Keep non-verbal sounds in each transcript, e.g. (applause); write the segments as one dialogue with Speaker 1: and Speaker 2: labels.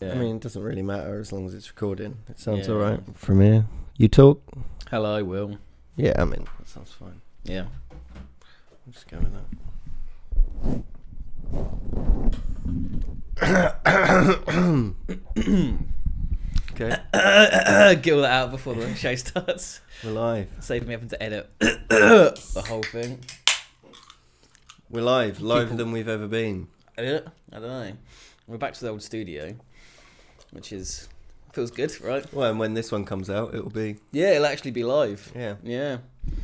Speaker 1: Yeah.
Speaker 2: I mean, it doesn't really matter as long as it's recording. It sounds
Speaker 1: Yeah.
Speaker 2: all right from here. You talk?
Speaker 1: hello, Will.
Speaker 2: Yeah, I mean, that sounds fine. (clears throat)
Speaker 1: Yeah. (coughs)
Speaker 2: I'm just going with that. (coughs) okay,
Speaker 1: Get all that out before the (laughs) show starts.
Speaker 2: we're live.
Speaker 1: Save me having to edit (coughs) the whole thing.
Speaker 2: We're live, liver
Speaker 1: People-
Speaker 2: than we've ever been.
Speaker 1: Eh, I don't know. We're back to the old studio, which is feels good, right?
Speaker 2: Well, and when this one comes out, it'll be
Speaker 1: Yeah, it'll actually be live.
Speaker 2: yeah.
Speaker 1: Yeah,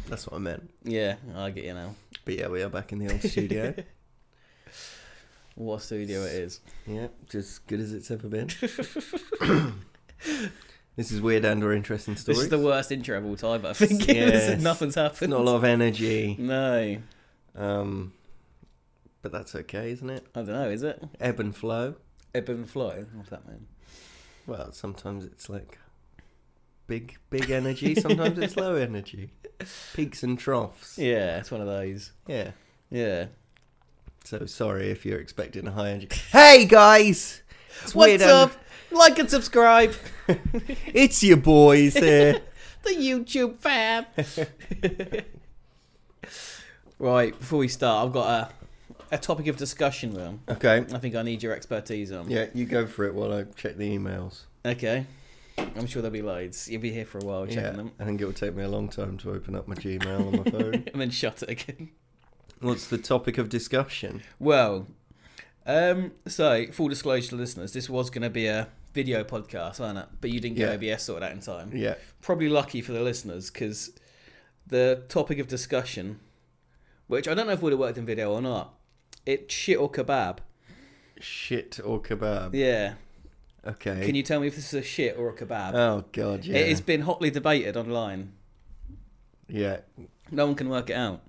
Speaker 2: That's what I meant.
Speaker 1: yeah. I get you now.
Speaker 2: But yeah, we are back in the old
Speaker 1: (laughs)
Speaker 2: studio.
Speaker 1: What a studio it is.
Speaker 2: Yeah, just as good as it's ever
Speaker 1: (laughs)
Speaker 2: been. (coughs) this is weird and or interesting stories.
Speaker 1: This is the worst intro of all time. I think (laughs)
Speaker 2: Yes.
Speaker 1: nothing's happened.
Speaker 2: Not a lot of energy.
Speaker 1: No,
Speaker 2: Um, but that's okay, isn't it?
Speaker 1: I don't know. Is it
Speaker 2: Ebb and flow.
Speaker 1: ebb and flow? What's that mean?
Speaker 2: Well, sometimes it's like big, big
Speaker 1: (laughs)
Speaker 2: energy. Sometimes it's low energy. Peaks and troughs. Yeah.
Speaker 1: Yeah, it's one of those. Yeah.
Speaker 2: So sorry if you're expecting a high energy. Hey guys, it's
Speaker 1: What's
Speaker 2: weird um, and-
Speaker 1: up? Like and subscribe.
Speaker 2: It's your
Speaker 1: (laughs)
Speaker 2: boys here.
Speaker 1: the
Speaker 2: (laughs)
Speaker 1: YouTube fam. right, before we start, I've got a, a topic of discussion with them.
Speaker 2: okay.
Speaker 1: I think I need your expertise on.
Speaker 2: Yeah, you go for it while I check the emails.
Speaker 1: Okay. I'm sure there'll be loads. You'll be here for a while checking
Speaker 2: yeah,
Speaker 1: them. (laughs)
Speaker 2: I think it will take me a long time to open up my Gmail on my phone.
Speaker 1: and then shut it again.
Speaker 2: What's the topic of discussion?
Speaker 1: Well, um, so full disclosure to listeners, this was going to be a video podcast, wasn't it? But you didn't get
Speaker 2: Yeah.
Speaker 1: OBS sorted out in time.
Speaker 2: Yeah,
Speaker 1: probably lucky for the listeners because the topic of discussion, which I don't know if would have worked in video or not, it shit or kebab.
Speaker 2: shit or kebab.
Speaker 1: Yeah.
Speaker 2: Okay.
Speaker 1: Can you tell me if this is a shit or a kebab?
Speaker 2: Oh god, yeah.
Speaker 1: It has been hotly debated online.
Speaker 2: Yeah.
Speaker 1: No one can work it out.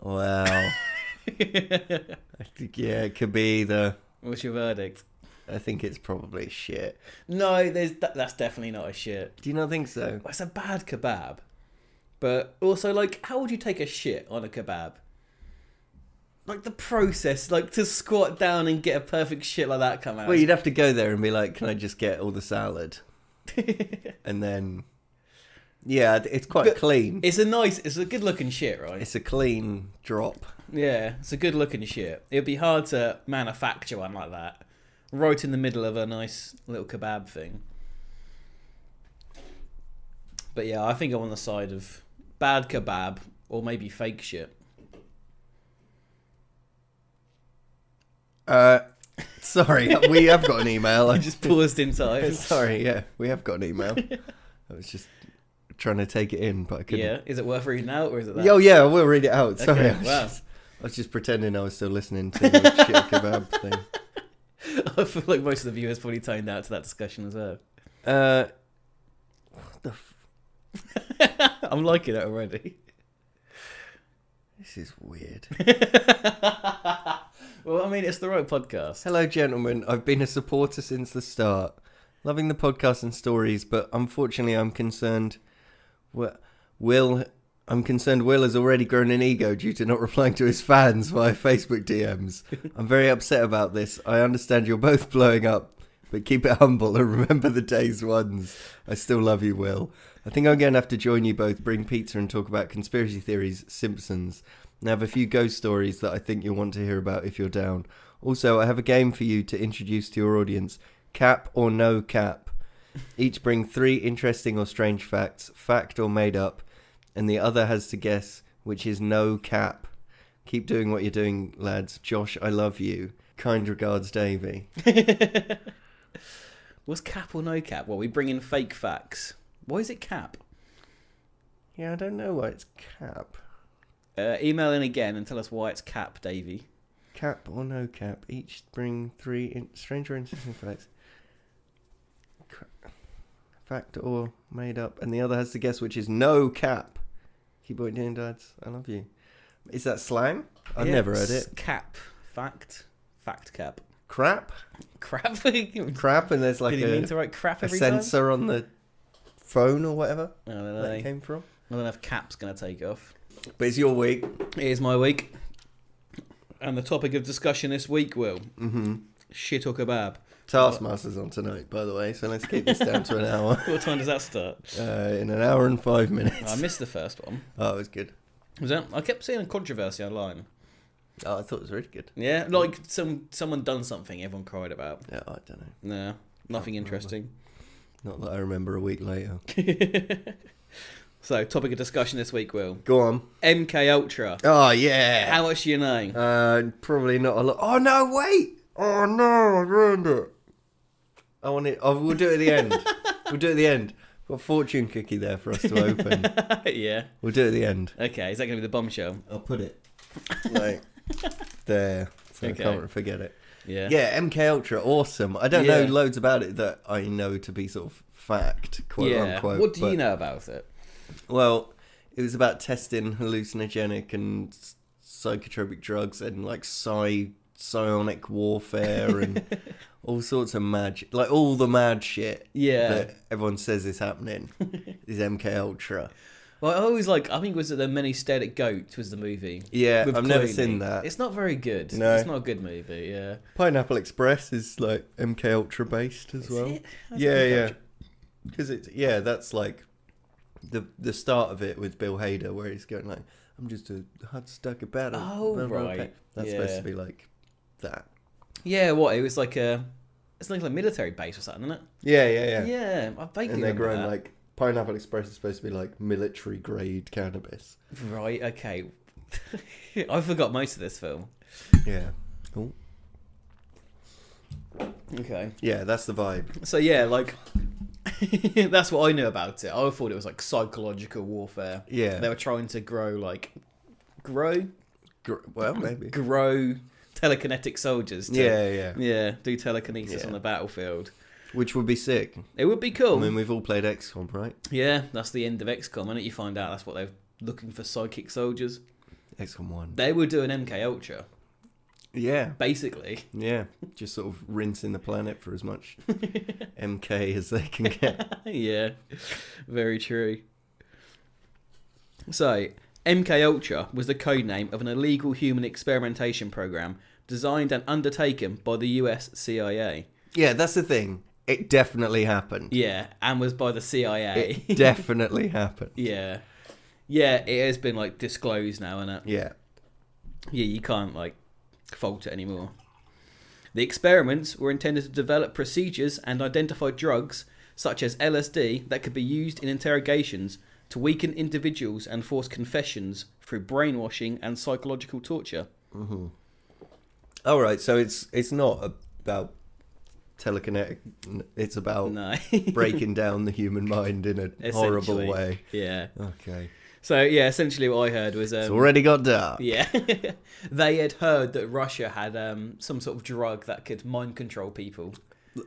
Speaker 2: Wow. I think yeah, it could be the.
Speaker 1: What's your verdict?
Speaker 2: I think it's probably shit.
Speaker 1: No, there's that, that's definitely not a shit.
Speaker 2: Do you not think so?
Speaker 1: It's a bad kebab. But also, like, how would you take a shit on a kebab? Like the process, like to squat down and get a perfect shit like that come out.
Speaker 2: Well, you'd have to go there and be like, "Can I just get all the salad?" and then, yeah, it- it's quite
Speaker 1: But-
Speaker 2: clean.
Speaker 1: It's a nice, it's a good looking shit, right?
Speaker 2: It's a clean drop.
Speaker 1: Yeah, it's a good looking shit. It'd be hard to manufacture one like that, right in the middle of a nice little kebab thing. But yeah, I think I'm on the side of bad kebab or maybe fake shit. (laughs)
Speaker 2: Uh, sorry, (laughs) we have got an email. I
Speaker 1: I
Speaker 2: just
Speaker 1: just paused in
Speaker 2: (laughs)
Speaker 1: time.
Speaker 2: sorry. Yeah, we have got an email. I was just trying to take it in, but I couldn't.
Speaker 1: Yeah, is it worth reading out or is it that?
Speaker 2: Oh yeah, we'll read it out. Sorry,
Speaker 1: Okay,
Speaker 2: I, was
Speaker 1: wow.
Speaker 2: just, I was just pretending I was still listening to the shit
Speaker 1: (laughs)
Speaker 2: kebab thing.
Speaker 1: (laughs) I feel like most of the viewers probably tuned out to that discussion as well. (laughs)
Speaker 2: Uh, what the f-
Speaker 1: I'm liking it already. (laughs)
Speaker 2: this is weird.
Speaker 1: Well, I mean, it's the right podcast.
Speaker 2: Hello, gentlemen. I've been a supporter since the start, loving the podcast and stories, but unfortunately, I'm concerned. Wi- Will, I'm concerned. Will has already grown an ego due to not (laughs) replying to his fans via Facebook DMs. I'm very upset about this. I understand you're both blowing up, but keep it humble and remember the day's ones. I still love you, Will. I think I'm going to have to join you both, bring pizza, and talk about conspiracy theories, Simpsons, and have a few ghost stories that I think you'll want to hear about if you're down. Also, I have a game for you to introduce to your audience cap or no (laughs) cap. Each bring three interesting or strange facts, fact or made up, and the other has to guess which is no cap. Keep doing what you're doing, lads. Josh, I love you. Kind regards, Davey.
Speaker 1: What's cap or no cap? Well, we bring in fake facts. Why is it cap?
Speaker 2: Yeah, I don't know why it's cap.
Speaker 1: Uh, email in again and tell us why it's cap, Davey.
Speaker 2: Cap or no cap, each bring three in- strange or interesting facts. Cra- Fact or made up, and the other has to guess which is no cap. Keep what you're doing, dads. I love you. Is that slang? I've
Speaker 1: Yeah,
Speaker 2: never heard
Speaker 1: it's
Speaker 2: it.
Speaker 1: Cap, fact, fact cap, (laughs)
Speaker 2: Crap?
Speaker 1: crap. (laughs) Did
Speaker 2: Crap, and there's like
Speaker 1: he mean
Speaker 2: a,
Speaker 1: to write crap
Speaker 2: a
Speaker 1: every time? Oh,
Speaker 2: sensor on the phone or whatever
Speaker 1: I don't
Speaker 2: that it
Speaker 1: know.
Speaker 2: came from.
Speaker 1: I don't know if cap's gonna take off.
Speaker 2: But it's your week.
Speaker 1: Here's my week, and the topic of discussion this week will
Speaker 2: Mm-hmm.
Speaker 1: shit or kebab.
Speaker 2: Taskmaster's on tonight, by the way, so let's keep this down (laughs) to an hour.
Speaker 1: What time does that start?
Speaker 2: Uh, in an hour and five
Speaker 1: I
Speaker 2: minutes.
Speaker 1: missed the first one.
Speaker 2: Oh, it was good.
Speaker 1: Was that? I kept seeing a controversy online.
Speaker 2: Oh, I thought it was really good.
Speaker 1: Yeah, like some someone done something everyone cried about.
Speaker 2: Yeah, I don't know.
Speaker 1: No, nothing interesting.
Speaker 2: Not that I remember a week
Speaker 1: (laughs)
Speaker 2: later.
Speaker 1: so, topic of discussion this week, Will.
Speaker 2: Go on.
Speaker 1: MK Ultra.
Speaker 2: Oh, yeah.
Speaker 1: How much do
Speaker 2: (laughs)
Speaker 1: you know?
Speaker 2: Uh, probably not a lot. Oh, no, wait. Oh, no, I ruined it. I want it. Oh, we'll do it at the
Speaker 1: (laughs)
Speaker 2: end. we'll do it at the end. Got a fortune cookie there for us to
Speaker 1: (laughs)
Speaker 2: open.
Speaker 1: yeah.
Speaker 2: we'll do it at the end.
Speaker 1: Okay, is that going to be the bombshell?
Speaker 2: I'll put it like
Speaker 1: (laughs)
Speaker 2: there, so
Speaker 1: Okay.
Speaker 2: I can't forget it.
Speaker 1: Yeah.
Speaker 2: Yeah, MK Ultra, awesome. I don't
Speaker 1: Yeah.
Speaker 2: know loads about it that I know to be sort of fact, quote
Speaker 1: Yeah.
Speaker 2: unquote.
Speaker 1: what do you
Speaker 2: but-
Speaker 1: know about it?
Speaker 2: Well, it was about testing hallucinogenic and s- psychotropic drugs and like psi psionic warfare
Speaker 1: (laughs)
Speaker 2: and all sorts of magic, like all the mad shit
Speaker 1: Yeah.
Speaker 2: that everyone says is happening is MK Ultra.
Speaker 1: Well, I always like. I think it was the many stared at goats was the movie.
Speaker 2: Yeah,
Speaker 1: with
Speaker 2: I've never
Speaker 1: Clooney.
Speaker 2: seen that.
Speaker 1: It's not very good.
Speaker 2: No.
Speaker 1: it's not a good movie. Yeah.
Speaker 2: Pineapple Express is like MK Ultra based as
Speaker 1: Is
Speaker 2: well.
Speaker 1: it? That's
Speaker 2: yeah,
Speaker 1: MK
Speaker 2: yeah.
Speaker 1: Ultra.
Speaker 2: Because it's yeah, that's like the the start of it with Bill Hader, where he's going like, "I'm just a hard stuck about it."
Speaker 1: Oh,
Speaker 2: Blah, blah, blah.
Speaker 1: right.
Speaker 2: That's supposed
Speaker 1: Yeah.
Speaker 2: to be like that.
Speaker 1: Yeah. What? It was like a. It's like a military base or something, isn't
Speaker 2: Yeah, yeah, yeah.
Speaker 1: it? Yeah. I vaguely
Speaker 2: and they're
Speaker 1: remember
Speaker 2: growing
Speaker 1: that.
Speaker 2: like Pineapple Express is supposed to be like military grade cannabis.
Speaker 1: Right. Okay. (laughs) I forgot most of this film.
Speaker 2: Yeah. Oh.
Speaker 1: Okay.
Speaker 2: Yeah, that's the vibe.
Speaker 1: So yeah, like (laughs) that's what I knew about it. I thought it was like psychological warfare.
Speaker 2: Yeah.
Speaker 1: They were trying to grow like grow
Speaker 2: Gr- well, maybe.
Speaker 1: grow telekinetic soldiers. To,
Speaker 2: Yeah, yeah.
Speaker 1: yeah. Do telekinesis
Speaker 2: Yeah.
Speaker 1: on the battlefield.
Speaker 2: Which would be sick.
Speaker 1: It would be cool.
Speaker 2: I mean, we've all played XCOM, right?
Speaker 1: yeah, that's the end of XCOM, and you find out that's what they're looking for psychic soldiers.
Speaker 2: XCOM One.
Speaker 1: They were doing MK Ultra,
Speaker 2: Yeah,
Speaker 1: basically.
Speaker 2: yeah. Just sort of rinsing the planet for as
Speaker 1: (laughs)
Speaker 2: much MK as they can get.
Speaker 1: yeah, very true. So, MK Ultra was the code name of an illegal human experimentation program designed and undertaken by the US CIA.
Speaker 2: Yeah, that's the thing. It definitely happened.
Speaker 1: Yeah, and was by the CIA.
Speaker 2: It definitely happened.
Speaker 1: (laughs) yeah. Yeah, it has been like disclosed now, and it?
Speaker 2: Yeah.
Speaker 1: Yeah, you can't like fault it anymore. The experiments were intended to develop procedures and identify drugs such as LSD that could be used in interrogations to weaken individuals and force confessions through brainwashing and psychological torture. (laughs)
Speaker 2: All right. So it's it's not about telekinetic. It's about
Speaker 1: No.
Speaker 2: breaking down the human mind in a horrible
Speaker 1: (laughs) Essentially.
Speaker 2: way.
Speaker 1: Yeah.
Speaker 2: Okay.
Speaker 1: So yeah, essentially what I heard was um,
Speaker 2: It's already got dark.
Speaker 1: yeah, (laughs) they had heard that Russia had um, some sort of drug that could mind control people.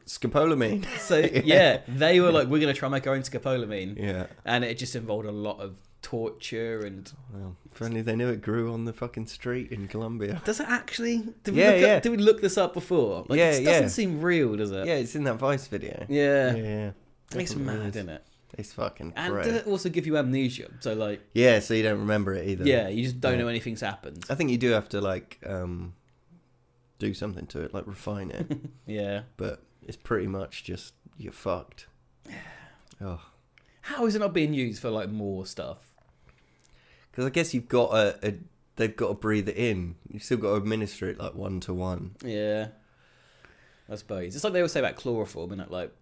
Speaker 2: Scopolamine.
Speaker 1: (laughs)
Speaker 2: (laughs)
Speaker 1: So yeah, they were like, we're gonna try and make our own scopolamine.
Speaker 2: Yeah.
Speaker 1: and it just involved a lot of torture and
Speaker 2: Well, if only they knew it grew on the fucking street in Colombia.
Speaker 1: does it actually did we,
Speaker 2: Yeah,
Speaker 1: look,
Speaker 2: yeah.
Speaker 1: Up, did we look this up before like
Speaker 2: Yeah,
Speaker 1: it
Speaker 2: yeah.
Speaker 1: doesn't seem real does it
Speaker 2: Yeah, it's in that Vice video.
Speaker 1: yeah,
Speaker 2: yeah.
Speaker 1: it's
Speaker 2: Definitely
Speaker 1: mad
Speaker 2: is.
Speaker 1: isn't it
Speaker 2: It's fucking
Speaker 1: and uh,
Speaker 2: great.
Speaker 1: does it also give you amnesia so like
Speaker 2: Yeah, so you don't remember it either.
Speaker 1: yeah you just don't know
Speaker 2: Yeah.
Speaker 1: anything's happened
Speaker 2: I think you do have to like um, do something to it, like refine it.
Speaker 1: (laughs) yeah
Speaker 2: but it's pretty much just you're
Speaker 1: (sighs)
Speaker 2: fucked. Oh,
Speaker 1: how is it not being used for like more stuff
Speaker 2: because I guess you've got a, a they've got to breathe it in. You've still got to administer it like one to one.
Speaker 1: yeah I suppose it's like they always say about chloroform and like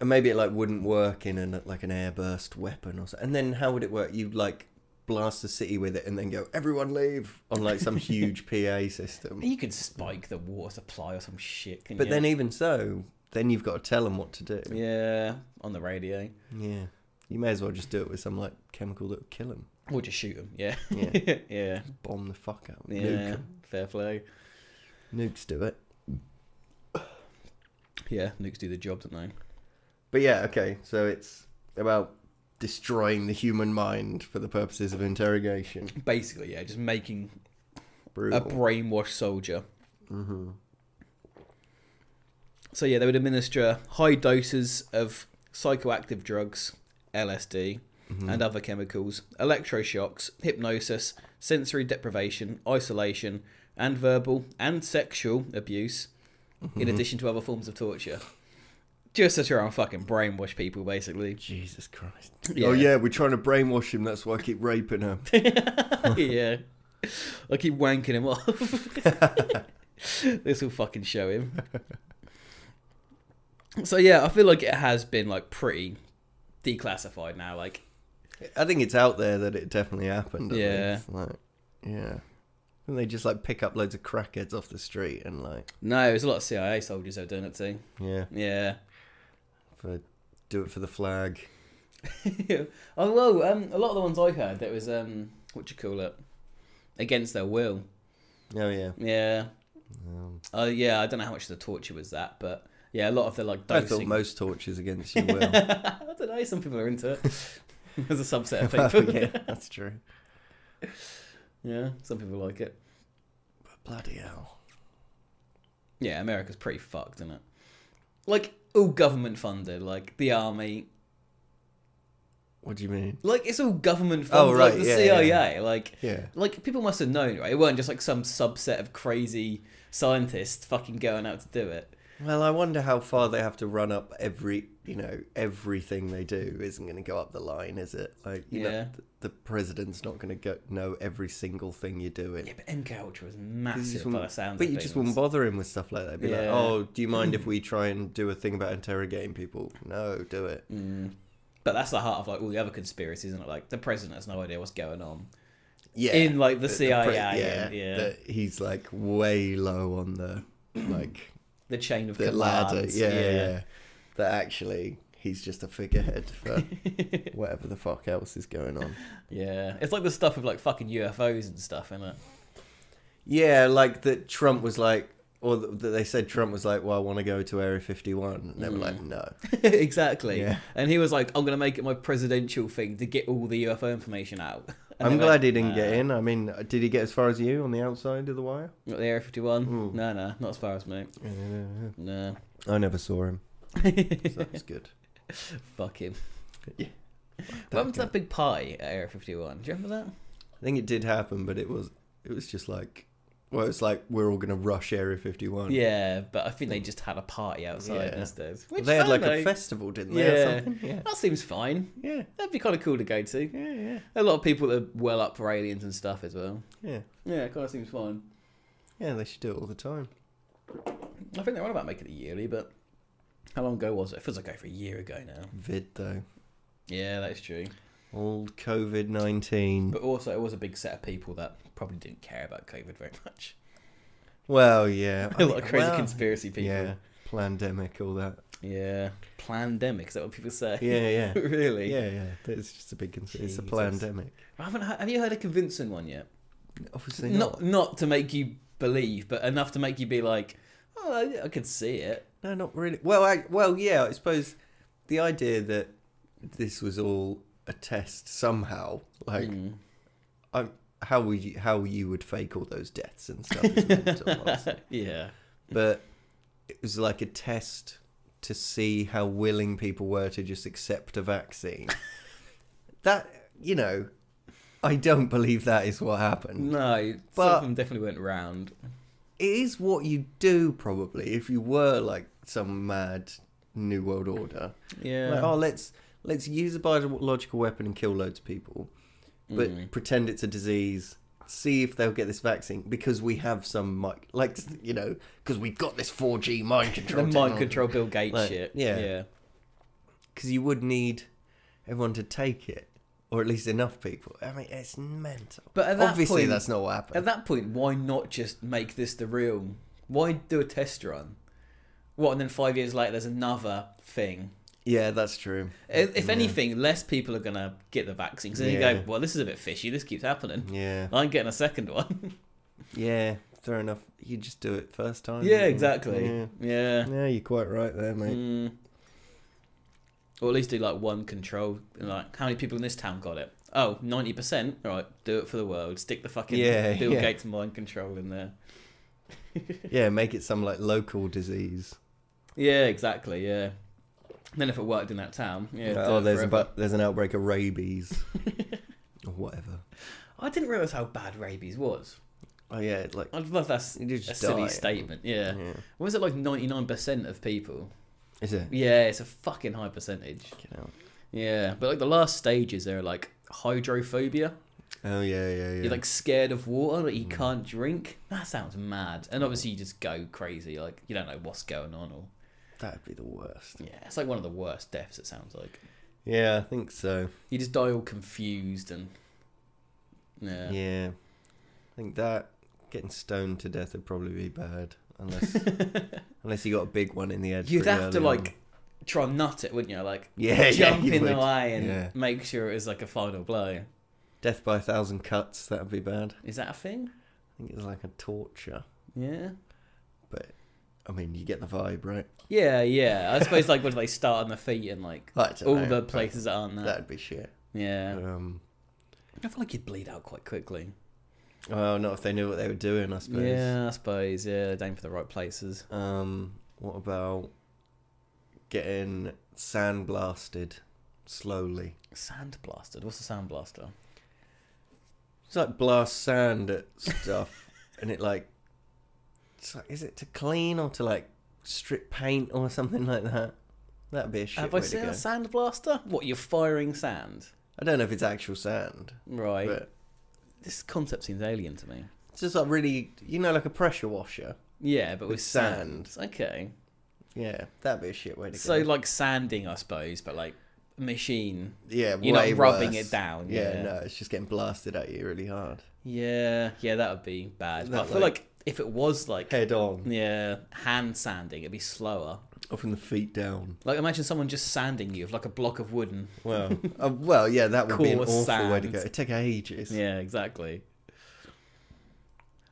Speaker 2: And maybe it like wouldn't work in an like an airburst weapon or so. And then how would it work? You like blast the city with it and then go everyone leave on like
Speaker 1: (laughs)
Speaker 2: some huge PA system.
Speaker 1: you could spike the water supply or some shit can
Speaker 2: But then even so, then you've got to tell them what to do.
Speaker 1: yeah on the radio
Speaker 2: Yeah. You may as well just do it with some like chemical that would kill them.
Speaker 1: or just shoot them yeah
Speaker 2: Yeah.
Speaker 1: (laughs) yeah
Speaker 2: Bomb the fuck out.
Speaker 1: yeah
Speaker 2: Nuke 'em.
Speaker 1: fair play
Speaker 2: Nukes do it.
Speaker 1: Yeah, nukes do the job, don't they?
Speaker 2: But yeah, okay. So it's about destroying the human mind for the purposes of interrogation.
Speaker 1: Basically, yeah, just making
Speaker 2: Brutal.
Speaker 1: a brainwashed soldier.
Speaker 2: hmm
Speaker 1: So yeah, they would administer high doses of psychoactive drugs, LSD, and other chemicals, electroshocks, hypnosis, sensory deprivation, isolation, and verbal and sexual abuse, in addition to other forms of torture. Just to try and fucking brainwash people, basically.
Speaker 2: Jesus
Speaker 1: (laughs)
Speaker 2: Christ.
Speaker 1: Yeah.
Speaker 2: Oh yeah, we're trying to brainwash him. That's why I keep raping
Speaker 1: (laughs)
Speaker 2: her.
Speaker 1: yeah. I keep wanking him
Speaker 2: (laughs)
Speaker 1: off. this will fucking show him. So yeah, I feel like it has been like pretty declassified now. Like,
Speaker 2: I think it's out there that it definitely happened. at
Speaker 1: Yeah.
Speaker 2: least, Like, yeah. And they just like pick up loads of crackheads off the street and like,
Speaker 1: no, there's a lot of CIA soldiers that have done it too.
Speaker 2: yeah,
Speaker 1: Yeah. (laughs)
Speaker 2: for do it for the flag.
Speaker 1: oh well, um, a lot of the ones I heard that was um, what you call it, against their will.
Speaker 2: Oh yeah.
Speaker 1: Yeah.
Speaker 2: Um,
Speaker 1: Oh yeah, I don't know how much of the torture was that, but yeah, a lot of the like
Speaker 2: I thought
Speaker 1: dosing.
Speaker 2: most tortures against your
Speaker 1: (laughs)
Speaker 2: will.
Speaker 1: I don't know. Some people are into it. (laughs) There's a
Speaker 2: (laughs)
Speaker 1: subset of
Speaker 2: Well,
Speaker 1: people.
Speaker 2: yeah, that's true.
Speaker 1: Yeah, some people like it.
Speaker 2: But bloody hell.
Speaker 1: Yeah, America's pretty fucked, isn't it? Like all government funded, like the army,
Speaker 2: What do you mean?
Speaker 1: like it's all government
Speaker 2: Oh,
Speaker 1: funded.
Speaker 2: right,
Speaker 1: like, the
Speaker 2: yeah,
Speaker 1: CIA, like
Speaker 2: Yeah.
Speaker 1: like people must have known, right? It weren't just like some subset of crazy scientists fucking going out to do it.
Speaker 2: Well, I wonder how far they have to run up every, you know, everything they do isn't going to go up the line, is it? Like, you know,
Speaker 1: Yeah.
Speaker 2: th- the president's not going to go know every single thing you're doing.
Speaker 1: Yeah, but MK Ultra was
Speaker 2: 'Cause you
Speaker 1: massive
Speaker 2: just
Speaker 1: by the
Speaker 2: wouldn't-
Speaker 1: sounds
Speaker 2: but
Speaker 1: of
Speaker 2: you
Speaker 1: things.
Speaker 2: just wouldn't bother him with stuff like that. Be like,
Speaker 1: Yeah. Mm.
Speaker 2: oh, do you mind if we try and do a thing about interrogating people? No, do it.
Speaker 1: Mm. But that's the heart of like all the other conspiracies, isn't it? Like the president has no idea what's going on
Speaker 2: Yeah,
Speaker 1: in like the,
Speaker 2: pre-
Speaker 1: CIA.
Speaker 2: yeah,
Speaker 1: and, yeah,
Speaker 2: that he's like way low on the like
Speaker 1: the chain of
Speaker 2: the
Speaker 1: command.
Speaker 2: ladder. Yeah, yeah, That actually he's just a figurehead
Speaker 1: (laughs)
Speaker 2: for
Speaker 1: yeah.
Speaker 2: whatever the fuck else is going on.
Speaker 1: Yeah, it's like the stuff with like fucking UFOs and stuff, isn't it?
Speaker 2: Yeah, like that Trump was like, or th- that they said Trump was like, well, I want to go to Area 51. And they were like,
Speaker 1: Mm.
Speaker 2: no.
Speaker 1: (laughs) exactly.
Speaker 2: Yeah.
Speaker 1: And he was like, "I'm gonna make it my presidential thing to get all the UFO information out." (laughs) And
Speaker 2: I'm
Speaker 1: they
Speaker 2: glad
Speaker 1: went,
Speaker 2: he didn't get
Speaker 1: "Nah,
Speaker 2: in. I mean, did he get as far as you on the outside of the wire?
Speaker 1: Not the Area 51.
Speaker 2: Mm.
Speaker 1: No, no, not as far as me. No.
Speaker 2: I never saw him. So that's good.
Speaker 1: (laughs) Fuck him.
Speaker 2: Yeah.
Speaker 1: What happened to that big party at Area 51? Do you remember that?
Speaker 2: I think it did happen, but it was it was just like, well, it's like we're all gonna rush Area 51.
Speaker 1: Yeah, but I think they just had a party outside
Speaker 2: Yeah.
Speaker 1: instead.
Speaker 2: Well,
Speaker 1: Which
Speaker 2: they had like
Speaker 1: fair
Speaker 2: a
Speaker 1: enough.
Speaker 2: festival, didn't they? Yeah.
Speaker 1: Yeah.
Speaker 2: Or something? yeah.
Speaker 1: That seems fine.
Speaker 2: Yeah.
Speaker 1: That'd be kind of cool to go to.
Speaker 2: Yeah. Yeah.
Speaker 1: A lot of people are well up for aliens and stuff as well.
Speaker 2: Yeah.
Speaker 1: Yeah, it kind of seems fine.
Speaker 2: Yeah. They should do it all the time.
Speaker 1: I think they're on about making it yearly, but how long ago was it? It feels like over a year ago now.
Speaker 2: Vid though,
Speaker 1: Yeah, that's true.
Speaker 2: old COVID nineteen.
Speaker 1: But also, it was a big set of people that probably didn't care about COVID very much. (laughs)
Speaker 2: Well, yeah.
Speaker 1: a lot of crazy
Speaker 2: well,
Speaker 1: conspiracy people.
Speaker 2: Yeah.
Speaker 1: Yeah.
Speaker 2: Pandemic, all that.
Speaker 1: Plandemic, is that what people say?
Speaker 2: Yeah. Yeah.
Speaker 1: (laughs) really?
Speaker 2: Yeah, yeah, it's just a big. Cons- it's a
Speaker 1: Jesus.
Speaker 2: pandemic.
Speaker 1: I haven't, he- have you heard a convincing one yet?
Speaker 2: Obviously
Speaker 1: Not,
Speaker 2: not.
Speaker 1: not to make you believe, but enough to make you be like, oh, I, I could see it.
Speaker 2: No, not really. Well, I, well, yeah. I suppose the idea that this was all a test somehow, like
Speaker 1: Mm.
Speaker 2: I'm, how would you, how you would fake all those deaths and stuff, is mental,
Speaker 1: (laughs)
Speaker 2: honestly.
Speaker 1: yeah.
Speaker 2: but it was like a test to see how willing people were to just accept a
Speaker 1: (laughs)
Speaker 2: vaccine. that you know, I don't believe that is what happened.
Speaker 1: No, some
Speaker 2: But-
Speaker 1: of them definitely went round.
Speaker 2: it is what you do probably if you were like some mad new world order
Speaker 1: Yeah.
Speaker 2: like oh let's let's use a biological weapon and kill loads of people but
Speaker 1: Mm.
Speaker 2: pretend it's a disease see if they'll get this vaccine because we have some mic like you know because we've got this 4g mind
Speaker 1: (laughs) the
Speaker 2: control
Speaker 1: mind control Bill Gates
Speaker 2: Like,
Speaker 1: shit.
Speaker 2: yeah.
Speaker 1: Yeah.
Speaker 2: because you would need everyone to take it or at least enough people i mean it's mental
Speaker 1: But at that
Speaker 2: obviously
Speaker 1: point-
Speaker 2: that's not what
Speaker 1: At
Speaker 2: happened
Speaker 1: that point, why not just make this the real? Why do a test run? What, and then five years later, there's another thing.
Speaker 2: yeah that's true
Speaker 1: If if anything, less people are going to get the vaccine. 'Cause then you
Speaker 2: Yeah.
Speaker 1: go, well, this is a bit fishy. This keeps happening.
Speaker 2: yeah
Speaker 1: I'm getting a second one. (laughs)
Speaker 2: Yeah, fair enough. You just do it first time.
Speaker 1: yeah, exactly. Yeah.
Speaker 2: Yeah. Yeah, you're quite right there, mate.
Speaker 1: Mm. Or at least do like one control. Like, how many people in this town got it? Oh, 90%. All right, do it for the world. Stick the fucking
Speaker 2: Yeah,
Speaker 1: Bill
Speaker 2: yeah.
Speaker 1: Gates mind control in there. Mm.
Speaker 2: Yeah, make it some like local disease.
Speaker 1: Yeah, exactly. Yeah. And then if it worked in that town, yeah. do
Speaker 2: oh,
Speaker 1: it
Speaker 2: there's a
Speaker 1: forever.
Speaker 2: bu- there's an outbreak of
Speaker 1: (laughs)
Speaker 2: rabies or whatever.
Speaker 1: I didn't realize how bad rabies was.
Speaker 2: Oh yeah, like
Speaker 1: I love that's
Speaker 2: You
Speaker 1: a
Speaker 2: just
Speaker 1: silly
Speaker 2: die. Mm-hmm.
Speaker 1: statement. Yeah.
Speaker 2: yeah.
Speaker 1: What was it like 99% of people?
Speaker 2: is it?
Speaker 1: Yeah, it's a fucking high percentage.
Speaker 2: Fucking hell.
Speaker 1: Yeah, but like the last stages, they're like hydrophobia.
Speaker 2: Oh yeah, yeah, yeah. Mm.
Speaker 1: You're like scared of water, like you can't drink. That sounds mad. And obviously, you just go crazy. Like you don't know what's going on, or
Speaker 2: that'd be the worst.
Speaker 1: yeah, it's like one of the worst deaths. It sounds like
Speaker 2: Yeah, I think so.
Speaker 1: you just die all confused and yeah.
Speaker 2: Yeah. I think that getting stoned to death would probably be bad unless
Speaker 1: (laughs)
Speaker 2: unless you got a big one in the head.
Speaker 1: You'd
Speaker 2: pretty
Speaker 1: have to
Speaker 2: early
Speaker 1: like
Speaker 2: on.
Speaker 1: try and nut it, wouldn't you? Like
Speaker 2: (laughs) yeah,
Speaker 1: jump
Speaker 2: yeah, you
Speaker 1: in the
Speaker 2: would.
Speaker 1: eye and
Speaker 2: Yeah.
Speaker 1: make sure it was like a final blow.
Speaker 2: Death by a thousand cuts, that would be bad.
Speaker 1: Is that a thing?
Speaker 2: I think it's like a torture.
Speaker 1: Yeah.
Speaker 2: But I mean you get the vibe, right?
Speaker 1: Yeah,
Speaker 2: (laughs)
Speaker 1: yeah. I suppose like when they start on the feet and like
Speaker 2: I don't
Speaker 1: all
Speaker 2: know,
Speaker 1: the
Speaker 2: but
Speaker 1: places that aren't that.
Speaker 2: That'd be shit.
Speaker 1: Yeah.
Speaker 2: Um
Speaker 1: I feel like you'd bleed out quite quickly.
Speaker 2: well not if they knew what they were doing, I suppose.
Speaker 1: Yeah, I suppose. Yeah, aim for the right places.
Speaker 2: Um what about getting sandblasted slowly?
Speaker 1: Sand blasted. What's a sand blaster?
Speaker 2: It's like blast sand at
Speaker 1: (laughs)
Speaker 2: stuff, and it like, it's like, is it to clean or to like strip paint or something like that? That'd be a shit
Speaker 1: Have
Speaker 2: way
Speaker 1: I
Speaker 2: to
Speaker 1: seen
Speaker 2: go.
Speaker 1: a sand blaster? What, you're firing sand?
Speaker 2: I don't know if it's actual sand,
Speaker 1: Right.
Speaker 2: but
Speaker 1: This concept seems alien to me.
Speaker 2: it's just like really, you know, like a pressure washer.
Speaker 1: Yeah, but with,
Speaker 2: With
Speaker 1: sand. Okay.
Speaker 2: Yeah, that'd be a shit way to
Speaker 1: So,
Speaker 2: go.
Speaker 1: like sanding, I suppose, but like machine.
Speaker 2: yeah,
Speaker 1: you're not
Speaker 2: way
Speaker 1: rubbing
Speaker 2: worse.
Speaker 1: it down, yeah.
Speaker 2: no, it's just getting blasted at you really hard,
Speaker 1: Yeah, yeah, that would be bad. But I
Speaker 2: That,
Speaker 1: feel like,
Speaker 2: like-
Speaker 1: if it was like,
Speaker 2: head on
Speaker 1: yeah, hand sanding, it'd be slower.
Speaker 2: or from the feet down.
Speaker 1: Like, imagine someone just sanding you with like a block of wood and.
Speaker 2: Well,
Speaker 1: (laughs)
Speaker 2: uh, well, yeah, that would be an
Speaker 1: Coarse
Speaker 2: awful way to
Speaker 1: sand.
Speaker 2: go. It'd take ages.
Speaker 1: Yeah, exactly.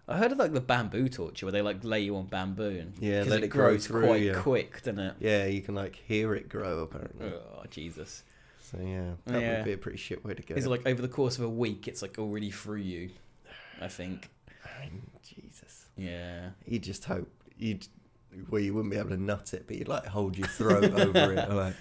Speaker 1: I heard of like the bamboo torture where they like lay you on bamboo and
Speaker 2: Yeah,
Speaker 1: 'cause
Speaker 2: let it grow through
Speaker 1: quite
Speaker 2: you.
Speaker 1: quick, doesn't it?
Speaker 2: Yeah, you can like hear it grow apparently.
Speaker 1: Oh Jesus!
Speaker 2: So yeah, that
Speaker 1: Yeah.
Speaker 2: would be a pretty shit way to go.
Speaker 1: It's like over the course of a week, it's like already through you. I think.
Speaker 2: Jesus.
Speaker 1: Yeah.
Speaker 2: You just hope you'd well, you wouldn't be able to nut it, but you'd like hold your throat over
Speaker 1: (laughs)
Speaker 2: it, or, like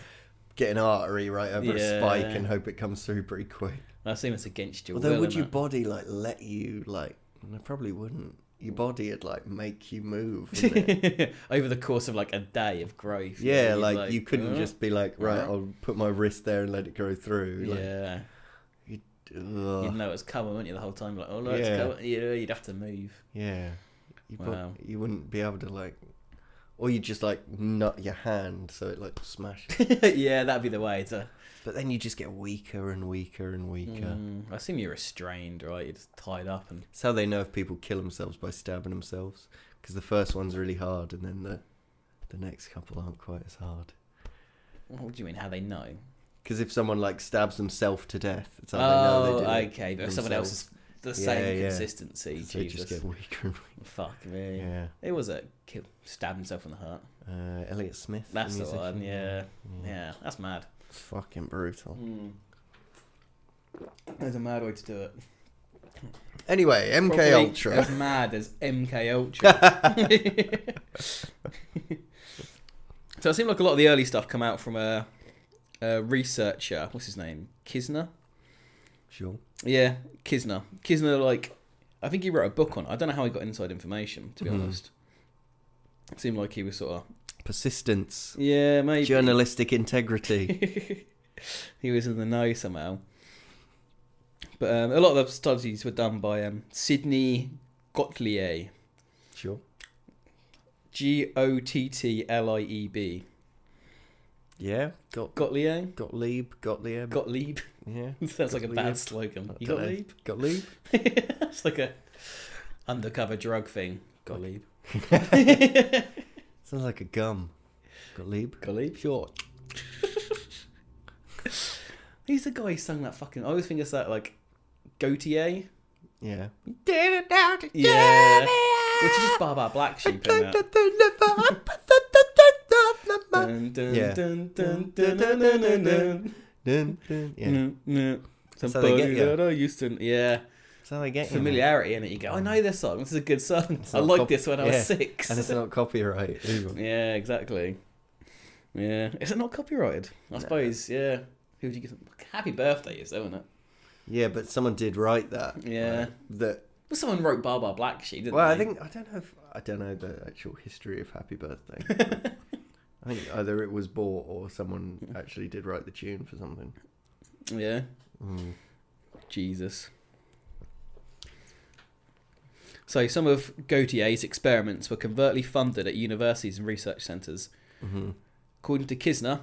Speaker 2: get an artery right over
Speaker 1: Yeah.
Speaker 2: a spike and hope it comes through pretty quick.
Speaker 1: I assume it's against your
Speaker 2: Although,
Speaker 1: will.
Speaker 2: would your
Speaker 1: innit?
Speaker 2: body like let you like? No, probably wouldn't. Your body would like make you
Speaker 1: (laughs)
Speaker 2: move. wouldn't it?
Speaker 1: over the course of like a day of growth? you know,
Speaker 2: yeah,
Speaker 1: you'd
Speaker 2: like, you couldn't
Speaker 1: "Huh?"
Speaker 2: just be like, right,
Speaker 1: Huh?
Speaker 2: I'll put my wrist there and let it go through. Like,
Speaker 1: yeah,
Speaker 2: ugh.
Speaker 1: you'd know it's coming, wouldn't you? The whole time, like, oh no, it's
Speaker 2: Yeah.
Speaker 1: coming. Yeah, you'd have to move.
Speaker 2: (laughs) Yeah. You, prob-
Speaker 1: Wow.
Speaker 2: you wouldn't be able to like or you just like nut your hand so it like smashes.
Speaker 1: (laughs) yeah, that'd be the way to.
Speaker 2: but then you just get weaker and weaker and weaker.
Speaker 1: Mm, I assume you're restrained, right? You're just tied up and
Speaker 2: It's how they know if people kill themselves by stabbing themselves because the first one's really hard and then the the next couple aren't quite as hard.
Speaker 1: What do you mean? How they know?
Speaker 2: Because if someone like stabs themselves to death, it's how they know
Speaker 1: oh,
Speaker 2: they did
Speaker 1: okay. But if someone else is the
Speaker 2: Yeah,
Speaker 1: same
Speaker 2: yeah.
Speaker 1: consistency,
Speaker 2: it. So you
Speaker 1: Jesus,
Speaker 2: just get weaker and weaker.
Speaker 1: fuck me.
Speaker 2: Yeah.
Speaker 1: It was a kill, stab himself in the heart.
Speaker 2: Uh, Elliot Smith.
Speaker 1: That's the
Speaker 2: musician.
Speaker 1: one. Yeah,
Speaker 2: yeah.
Speaker 1: yeah. That's mad. Mm.
Speaker 2: It's fucking brutal.
Speaker 1: There's a mad way to do it.
Speaker 2: Anyway, MK
Speaker 1: Probably
Speaker 2: Ultra.
Speaker 1: (laughs) As mad as MK Ultra. (laughs) so it seemed like a lot of the early stuff come out from a, a researcher. What's his name? Kisner.
Speaker 2: sure.
Speaker 1: Yeah, Kisner. Kisner, like, I think he wrote a book on it. I don't know how he got inside information, to be
Speaker 2: Mhm.
Speaker 1: honest. It seemed like he was sort of.
Speaker 2: Persistence.
Speaker 1: Yeah, maybe.
Speaker 2: journalistic integrity.
Speaker 1: he was in the know somehow. But um, a lot of the studies were done by um, Sidney Gottlieb.
Speaker 2: sure.
Speaker 1: G O T T L I E B.
Speaker 2: Yeah. Got
Speaker 1: Gottlieb?
Speaker 2: Gottlieb. Gottlieb.
Speaker 1: Gottlieb?
Speaker 2: um,
Speaker 1: (laughs)
Speaker 2: yeah.
Speaker 1: Sounds like a
Speaker 2: Gottlieb.
Speaker 1: bad slogan. You
Speaker 2: Dunno.
Speaker 1: Gottlieb? (laughs)
Speaker 2: Gottlieb.
Speaker 1: It's like a undercover drug thing. Gottlieb.
Speaker 2: Sounds like a gum. Gottlieb.
Speaker 1: Gottlieb?
Speaker 2: Sure.
Speaker 1: (laughs) He's the guy who sung that fucking. I always think it's that like Gautier,
Speaker 2: Yeah. Did it down to
Speaker 1: Yeah. which is just Baba Black Sheep in that. Dun, dun,
Speaker 2: Yeah.
Speaker 1: dun, dun, dun, dun, dun, dun, dun.
Speaker 2: Yeah.
Speaker 1: Mm, mm.
Speaker 2: That's how they get
Speaker 1: Somebody
Speaker 2: you.
Speaker 1: that I used to, yeah,
Speaker 2: So they get you, man.
Speaker 1: familiarity in it. You go, I know this song. This is a good song.
Speaker 2: It's
Speaker 1: I
Speaker 2: not
Speaker 1: liked
Speaker 2: cop-
Speaker 1: this when I
Speaker 2: yeah.
Speaker 1: was six.
Speaker 2: and it's not copyright either.
Speaker 1: yeah, exactly. Yeah, is it not copyrighted? I
Speaker 2: No.
Speaker 1: suppose. Yeah, who would you give? Happy birthday is, that, isn't it?
Speaker 2: Yeah, but someone did write that.
Speaker 1: Yeah.
Speaker 2: right? That
Speaker 1: Well, someone wrote Bar Bar Black Sheep, didn't
Speaker 2: Well, I
Speaker 1: they?
Speaker 2: think I don't know. If, I don't know the actual history of Happy Birthday. (laughs) but I think either it was bought or someone actually did write the tune for something.
Speaker 1: Yeah. Mm-hmm.
Speaker 2: Mm.
Speaker 1: Jesus. So some of Gautier's experiments were covertly funded at universities and research centres.
Speaker 2: hmm
Speaker 1: According to Kisner,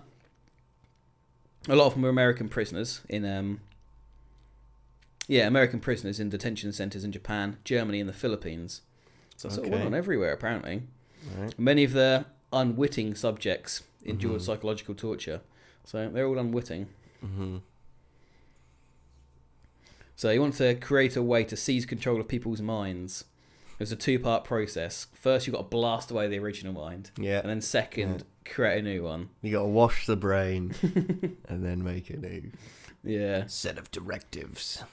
Speaker 1: a lot of them were American prisoners in um yeah, American prisoners in detention centres in Japan, Germany and the Philippines. So it's sort of went
Speaker 2: Okay.
Speaker 1: on everywhere apparently.
Speaker 2: Right.
Speaker 1: Many of their unwitting subjects endured
Speaker 2: Mhm.
Speaker 1: psychological torture. So they're all unwitting. Mm-hmm.
Speaker 2: hmm
Speaker 1: So he wants to create a way to seize control of people's minds. It was a two-part process. First, you've got to blast away the original mind,
Speaker 2: Yeah.
Speaker 1: and then second, create a new one.
Speaker 2: You gotta wash the
Speaker 1: (laughs)
Speaker 2: brain and then make a new
Speaker 1: Yeah.
Speaker 2: set of directives.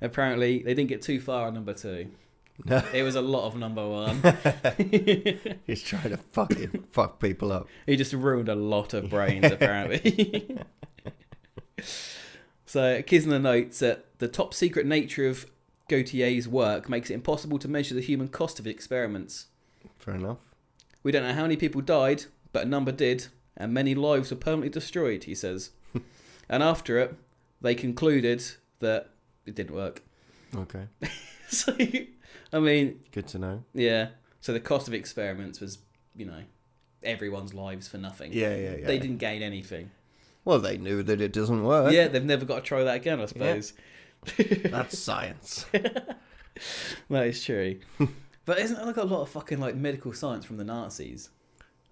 Speaker 1: Apparently, they didn't get too far on number two.
Speaker 2: No,
Speaker 1: It was a lot of number one.
Speaker 2: he's trying to
Speaker 1: (laughs)
Speaker 2: fucking fuck people up.
Speaker 1: He just ruined a lot of brains, apparently. (laughs) so, Kisner notes that the top secret nature of Gautier's work makes it impossible to measure the human cost of his experiments.
Speaker 2: Fair enough.
Speaker 1: We don't know how many people died, but a number did, and many lives were permanently destroyed,
Speaker 2: (laughs)
Speaker 1: he says. and after it, they concluded that it didn't work. (laughs)
Speaker 2: Okay.
Speaker 1: so, I mean,
Speaker 2: Good to know.
Speaker 1: yeah. So the cost of experiments was, you know, everyone's lives for nothing.
Speaker 2: Yeah, yeah, yeah.
Speaker 1: They didn't gain anything.
Speaker 2: Well, they knew that it doesn't work.
Speaker 1: Yeah, they've never got to try that again, I suppose.
Speaker 2: That's
Speaker 1: (laughs)
Speaker 2: science.
Speaker 1: That
Speaker 2: (laughs)
Speaker 1: is true. but isn't there like a lot of fucking like medical science from the Nazis?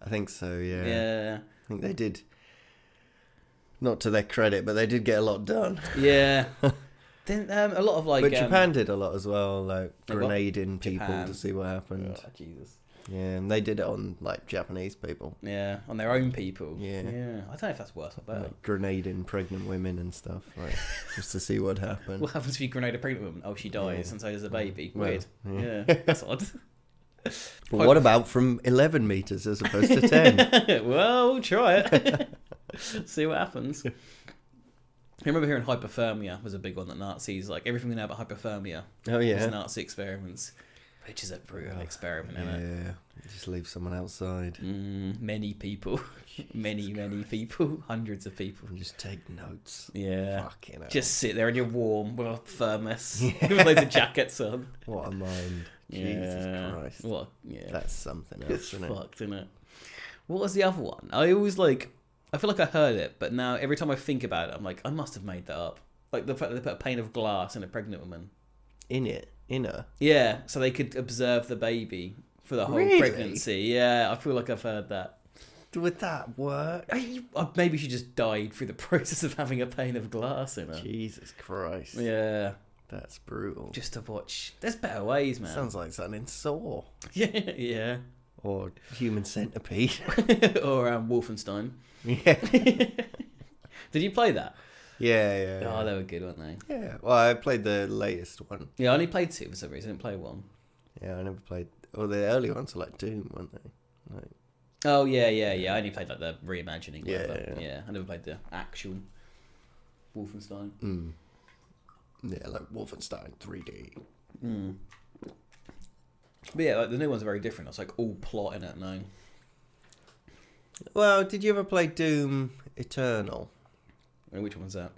Speaker 2: I think so, yeah.
Speaker 1: Yeah.
Speaker 2: I think they did. Not to their credit, but they did get a lot done.
Speaker 1: Yeah.
Speaker 2: (laughs)
Speaker 1: then um, a lot of like
Speaker 2: but
Speaker 1: um,
Speaker 2: Japan did a lot as well, like
Speaker 1: They what?
Speaker 2: grenading people
Speaker 1: Japan.
Speaker 2: to see what happened.
Speaker 1: Oh, Jesus.
Speaker 2: Yeah. and they did it on like Japanese people,
Speaker 1: Yeah, on their own people.
Speaker 2: Yeah.
Speaker 1: Yeah. I don't know if that's worse or better.
Speaker 2: like grenading pregnant women and stuff, like
Speaker 1: (laughs)
Speaker 2: just to see what happened.
Speaker 1: What happens if you grenade a pregnant woman? Oh, she dies,
Speaker 2: Yeah.
Speaker 1: and so does the baby.
Speaker 2: Well,
Speaker 1: Weird.
Speaker 2: yeah.
Speaker 1: Yeah,
Speaker 2: (laughs)
Speaker 1: that's odd. (laughs)
Speaker 2: But what about from eleven meters as opposed to
Speaker 1: (laughs)
Speaker 2: ten?
Speaker 1: well, try it. (laughs) See
Speaker 2: (laughs)
Speaker 1: what happens. I remember hearing hypothermia was a big one that Nazis like everything we know about hypothermia
Speaker 2: oh
Speaker 1: was
Speaker 2: yeah,
Speaker 1: Nazi experiments, which is a brutal
Speaker 2: Oh,
Speaker 1: experiment, isn't it?
Speaker 2: yeah. Just leave someone outside
Speaker 1: Mm, many people, (laughs) many many people, hundreds of people.
Speaker 2: and just take notes.
Speaker 1: Yeah.
Speaker 2: Fucking hell.
Speaker 1: Just sit there and you're warm with
Speaker 2: (laughs)
Speaker 1: a thermos, (laughs) with loads of jackets on.
Speaker 2: what a mind. Jesus
Speaker 1: Yeah.
Speaker 2: Christ,
Speaker 1: What? Yeah.
Speaker 2: that's something else,
Speaker 1: it's
Speaker 2: isn't it?
Speaker 1: fucked, isn't it? What was the other one? I always like. I feel like I heard it, but now every time I think about it, I'm like, I must have made that up. Like the fact that they put a pane of glass in a pregnant woman.
Speaker 2: In it, in her.
Speaker 1: Yeah, so they could observe the baby for the whole
Speaker 2: Really?
Speaker 1: pregnancy. Yeah, I feel like I've heard that.
Speaker 2: Would that work?
Speaker 1: I, you- uh, maybe she just died through the (laughs) process of having a pane of glass in her.
Speaker 2: Jesus Christ,
Speaker 1: Yeah,
Speaker 2: that's brutal.
Speaker 1: just to watch. There's better ways, man.
Speaker 2: Sounds like something in Saw
Speaker 1: Yeah, (laughs) yeah. (laughs)
Speaker 2: or Human Centipede. (laughs)
Speaker 1: or um, Wolfenstein.
Speaker 2: yeah,
Speaker 1: Did you play that?
Speaker 2: yeah, yeah.
Speaker 1: Oh, they were good, weren't they?
Speaker 2: yeah. Well, I played the latest one.
Speaker 1: Yeah, I only played two for some reason. I didn't play one.
Speaker 2: Yeah, I never played. Well, the early ones were like Doom, weren't they? Like,
Speaker 1: Oh yeah, yeah, yeah. I only played like the reimagining.
Speaker 2: Yeah,
Speaker 1: Yeah, yeah,
Speaker 2: yeah,
Speaker 1: I never played the actual Wolfenstein.
Speaker 2: mm. Yeah, like Wolfenstein 3D.
Speaker 1: Hmm. But yeah, like, the new ones are very different. It's like all plot in it now.
Speaker 2: Well, did you ever play Doom Eternal?
Speaker 1: I mean, which one's that?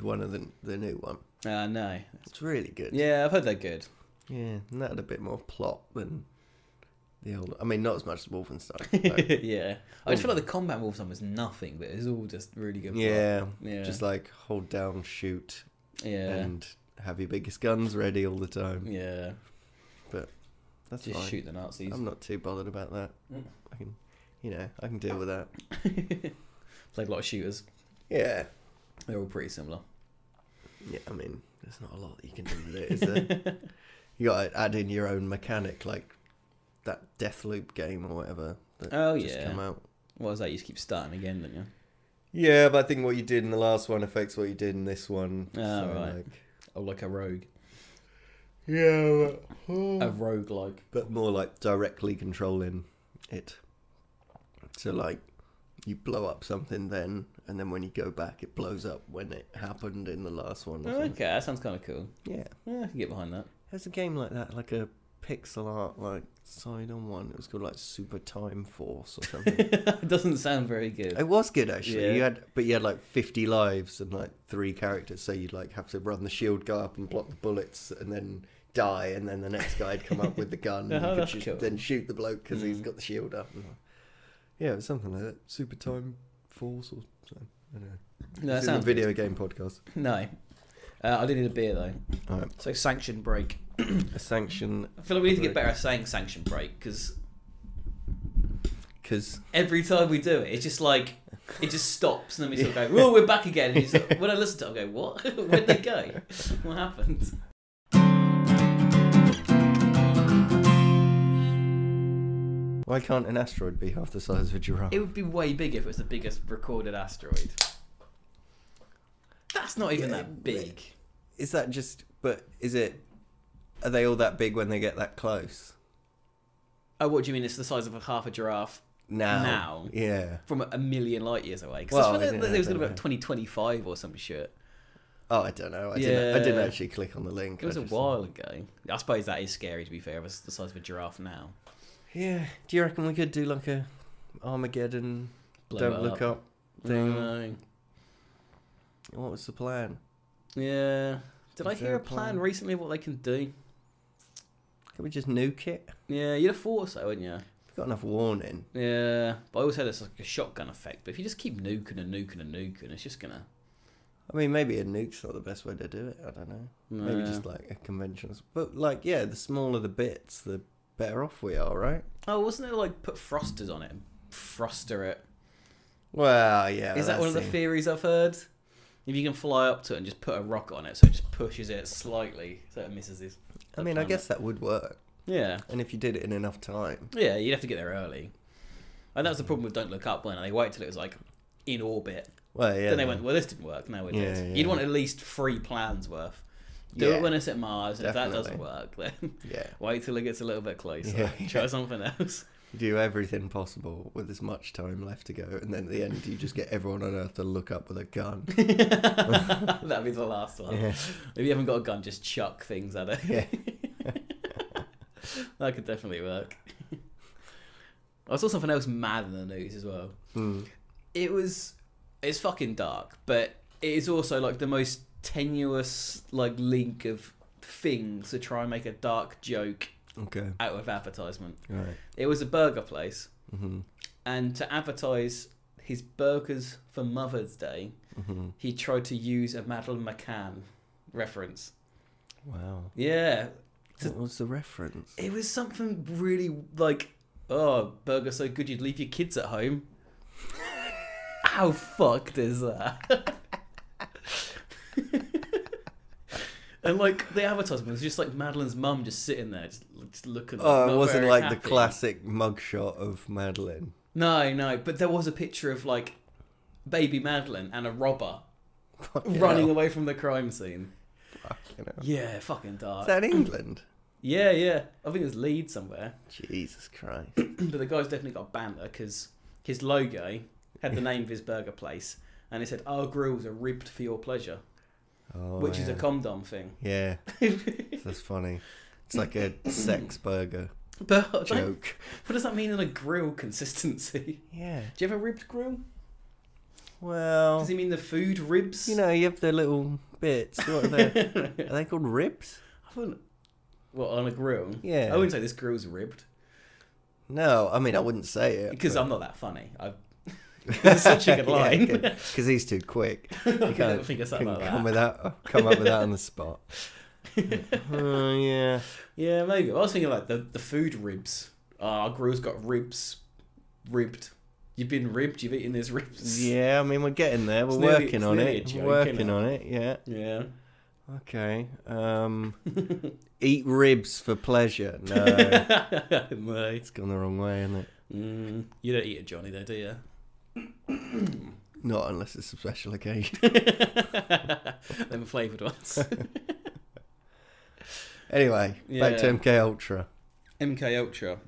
Speaker 2: One of the the new one.
Speaker 1: Uh, no.
Speaker 2: It's really good.
Speaker 1: Yeah, I've heard they're good.
Speaker 2: yeah, and that had a bit more plot than the old. I mean, not as much as Wolfenstein.
Speaker 1: (laughs)
Speaker 2: but-
Speaker 1: yeah, I just feel like the combat in Wolfenstein was nothing, but it was all just really good. plot.
Speaker 2: yeah,
Speaker 1: Yeah.
Speaker 2: just like hold down, shoot,
Speaker 1: yeah,
Speaker 2: and have your biggest guns ready all the time.
Speaker 1: yeah.
Speaker 2: That's
Speaker 1: Just
Speaker 2: fine. Um,
Speaker 1: shoot the Nazis.
Speaker 2: I'm not too bothered about that.
Speaker 1: Mm.
Speaker 2: I can, you know, I can deal with that.
Speaker 1: (laughs) Played a lot of shooters.
Speaker 2: Yeah.
Speaker 1: They're all pretty similar.
Speaker 2: Yeah, I mean, there's not a lot that you can do with it, is
Speaker 1: (laughs)
Speaker 2: there? you got to add in your own mechanic, like that Deathloop game or whatever that
Speaker 1: Oh,
Speaker 2: just
Speaker 1: yeah.
Speaker 2: come out.
Speaker 1: What was that? You just keep starting again, don't you?
Speaker 2: Yeah, but I think what you did in the last one affects what you did in this one.
Speaker 1: Oh, right. Oh, like a rogue,
Speaker 2: yeah, but, oh,
Speaker 1: a rogue like.
Speaker 2: but more like directly controlling it. So like, you blow up something then, and then when you go back, it blows up when it happened in the last one. Or
Speaker 1: Okay,
Speaker 2: something.
Speaker 1: that sounds kind of cool.
Speaker 2: Oh, Yeah.
Speaker 1: Yeah, I can get behind that. (laughs)
Speaker 2: There's a game like that, like a pixel art, like side on one. It was called like Super Time Force or something.
Speaker 1: it doesn't sound very good.
Speaker 2: it was good actually.
Speaker 1: Yeah.
Speaker 2: You had, but you had like 50 lives and like three characters, so you'd like have to run the shield guy up and block the bullets, and then die, and then the next guy'd come up with the
Speaker 1: (laughs)
Speaker 2: gun and
Speaker 1: Oh,
Speaker 2: you could
Speaker 1: that's
Speaker 2: shoot,
Speaker 1: cool. Mm.
Speaker 2: then shoot the bloke because he's got the shield up. And, yeah, it was something like that. Super Time Force or something. I don't know. It's
Speaker 1: No, that
Speaker 2: in the
Speaker 1: sounds
Speaker 2: video game podcast.
Speaker 1: no. Uh, I do need a beer though.
Speaker 2: All right.
Speaker 1: So sanction break.
Speaker 2: A sanction
Speaker 1: I feel like we need to get
Speaker 2: Break.
Speaker 1: better at saying sanction break because
Speaker 2: because
Speaker 1: every time we do it, it's just like it (laughs) just stops and then we sort of go, "Oh, we're back again." And it's like- when I listen to, it, I go, "What? (laughs) Where'd they go? What happened?"
Speaker 2: why can't an asteroid be half the size of a giraffe?
Speaker 1: It would be way bigger if it was the biggest recorded asteroid. That's not even
Speaker 2: Yeah,
Speaker 1: that big.
Speaker 2: Is that just? But is it? Are they all that big when they get that close?
Speaker 1: Oh, what do you mean? It's the size of a half a giraffe
Speaker 2: Now.
Speaker 1: Now.
Speaker 2: Yeah.
Speaker 1: from a, a million light years away. Because
Speaker 2: Well,
Speaker 1: well,
Speaker 2: yeah,
Speaker 1: it was going to be
Speaker 2: I
Speaker 1: like 2025 or some shit.
Speaker 2: Oh, I don't know. I didn't. I
Speaker 1: Yeah.
Speaker 2: didn't actually click on the link.
Speaker 1: It was
Speaker 2: I
Speaker 1: a
Speaker 2: just-
Speaker 1: while ago. I suppose that is scary to be fair. If it's the size of a giraffe now.
Speaker 2: Yeah. Do you reckon we could do like a Armageddon?
Speaker 1: Blow
Speaker 2: don't
Speaker 1: it
Speaker 2: look up. thing.
Speaker 1: No.
Speaker 2: What was the plan?
Speaker 1: Yeah. Did I
Speaker 2: Is there
Speaker 1: hear
Speaker 2: a
Speaker 1: a plan
Speaker 2: plan?
Speaker 1: recently of what they can do?
Speaker 2: Can we just nuke it?
Speaker 1: Yeah, you'd have thought so, wouldn't you?
Speaker 2: We've got enough warning.
Speaker 1: Yeah. But I always had this like a shotgun effect. But if you just keep nuking and nuking and nuking, it's just gonna.
Speaker 2: I mean, maybe a nuke's not the best way to do it. I don't know. Maybe
Speaker 1: Nah.
Speaker 2: just like a conventional. But like, yeah, the smaller the bits, the better off we are, right?
Speaker 1: Oh, wasn't it like put frosters on it? and Froster it.
Speaker 2: Well, yeah.
Speaker 1: Is that
Speaker 2: that's
Speaker 1: one of the
Speaker 2: it.
Speaker 1: theories I've heard? If you can fly up to it and just put a rock on it, so it just pushes it slightly, so it misses this.
Speaker 2: I mean, I guess that would work,
Speaker 1: Yeah,
Speaker 2: and if you did it in enough time.
Speaker 1: yeah, you'd have to get there early, and that's the problem with Don't Look Up. When they wait till it was like in orbit,
Speaker 2: Well, yeah.
Speaker 1: then they went, "Well, this didn't work." No, it
Speaker 2: Yeah,
Speaker 1: did.
Speaker 2: yeah.
Speaker 1: You'd want at least three plans worth. Do
Speaker 2: Yeah,
Speaker 1: it when it's at Mars, and if that doesn't
Speaker 2: definitely.
Speaker 1: work, then (laughs)
Speaker 2: yeah.
Speaker 1: wait till it gets a little bit closer.
Speaker 2: Yeah.
Speaker 1: Try something
Speaker 2: (laughs)
Speaker 1: else. (laughs)
Speaker 2: Do everything possible with as much time left to go, and then at the end you just get everyone on Earth to look up with a gun.
Speaker 1: That'd be the last one.
Speaker 2: (laughs) Yeah.
Speaker 1: If you haven't got a gun, just chuck things at it.
Speaker 2: Yeah.
Speaker 1: (laughs) that could definitely work. (laughs) I saw something else mad in the news as well.
Speaker 2: Hmm.
Speaker 1: It was it's fucking dark, but it is also like the most tenuous like link of things to try and make a dark joke
Speaker 2: Okay.
Speaker 1: out of advertisement.
Speaker 2: All right.
Speaker 1: It was a burger place
Speaker 2: Mm-hmm.
Speaker 1: and to advertise his burgers for Mother's Day,
Speaker 2: Mm-hmm.
Speaker 1: he tried to use a Madeline McCann reference.
Speaker 2: Wow.
Speaker 1: Yeah, To-
Speaker 2: What was the reference?
Speaker 1: it was something really like, oh, burger so good you'd leave your kids at home. How fucked is that? and like the advertisement was just like Madeline's mum just sitting there, just, just looking.
Speaker 2: Oh, it
Speaker 1: not
Speaker 2: wasn't
Speaker 1: very
Speaker 2: like the
Speaker 1: happy.
Speaker 2: classic mugshot of Madeline. (laughs)
Speaker 1: No, no, but there was a picture of like baby Madeline and a robber
Speaker 2: Fucking
Speaker 1: running
Speaker 2: hell.
Speaker 1: away from the crime scene.
Speaker 2: Fucking hell.
Speaker 1: Yeah, fucking dark.
Speaker 2: Is that in England?
Speaker 1: yeah, yeah. I think it was Leeds somewhere.
Speaker 2: Jesus Christ.
Speaker 1: but the guy's definitely got banter because his logo had the name of his burger place and it said our grills are ribbed for your pleasure
Speaker 2: Oh,
Speaker 1: which
Speaker 2: yeah.
Speaker 1: is a condom thing (laughs)
Speaker 2: Yeah, that's funny. It's like a sex
Speaker 1: (laughs)
Speaker 2: burger
Speaker 1: but like,
Speaker 2: joke.
Speaker 1: what does that mean in a grill consistency (laughs)
Speaker 2: Yeah.
Speaker 1: do you have a ribbed grill
Speaker 2: Well,
Speaker 1: does he mean the food ribs
Speaker 2: you know, you have the little bits. What are they? (laughs) are they called ribs?
Speaker 1: I wouldn't, well on a grill
Speaker 2: Yeah.
Speaker 1: i wouldn't say this grill's ribbed
Speaker 2: No, I mean I wouldn't say it
Speaker 1: because i'm not that funny (laughs) i it's
Speaker 2: (laughs)
Speaker 1: such a good line.
Speaker 2: Because he's too quick. You
Speaker 1: I
Speaker 2: can't
Speaker 1: don't think it's something
Speaker 2: couldn't
Speaker 1: like
Speaker 2: come
Speaker 1: that.
Speaker 2: with that. Come up with that on the (laughs) spot. Oh yeah.
Speaker 1: Yeah, maybe. I was thinking like the, the food ribs. Ah, our grill's got ribs, ribbed. You've been ribbed. You've eaten these ribs.
Speaker 2: Yeah, I mean we're getting there. We're
Speaker 1: It's nearly-
Speaker 2: working
Speaker 1: it's
Speaker 2: on
Speaker 1: nearly a
Speaker 2: it.
Speaker 1: joke,
Speaker 2: working
Speaker 1: innit?
Speaker 2: on it. Yeah.
Speaker 1: (laughs) Yeah. (laughs)
Speaker 2: Okay. Um, eat ribs for pleasure. (laughs) No,
Speaker 1: (laughs) No.
Speaker 2: it's gone the wrong way, isn't it?
Speaker 1: Um, Mm, you don't eat a Johnny though, do (laughs) you?
Speaker 2: Not unless it's a special occasion. (laughs)
Speaker 1: Them flavoured (laughs) ones.
Speaker 2: Anyway, back to
Speaker 1: Yeah.
Speaker 2: MK Ultra.
Speaker 1: MK Ultra.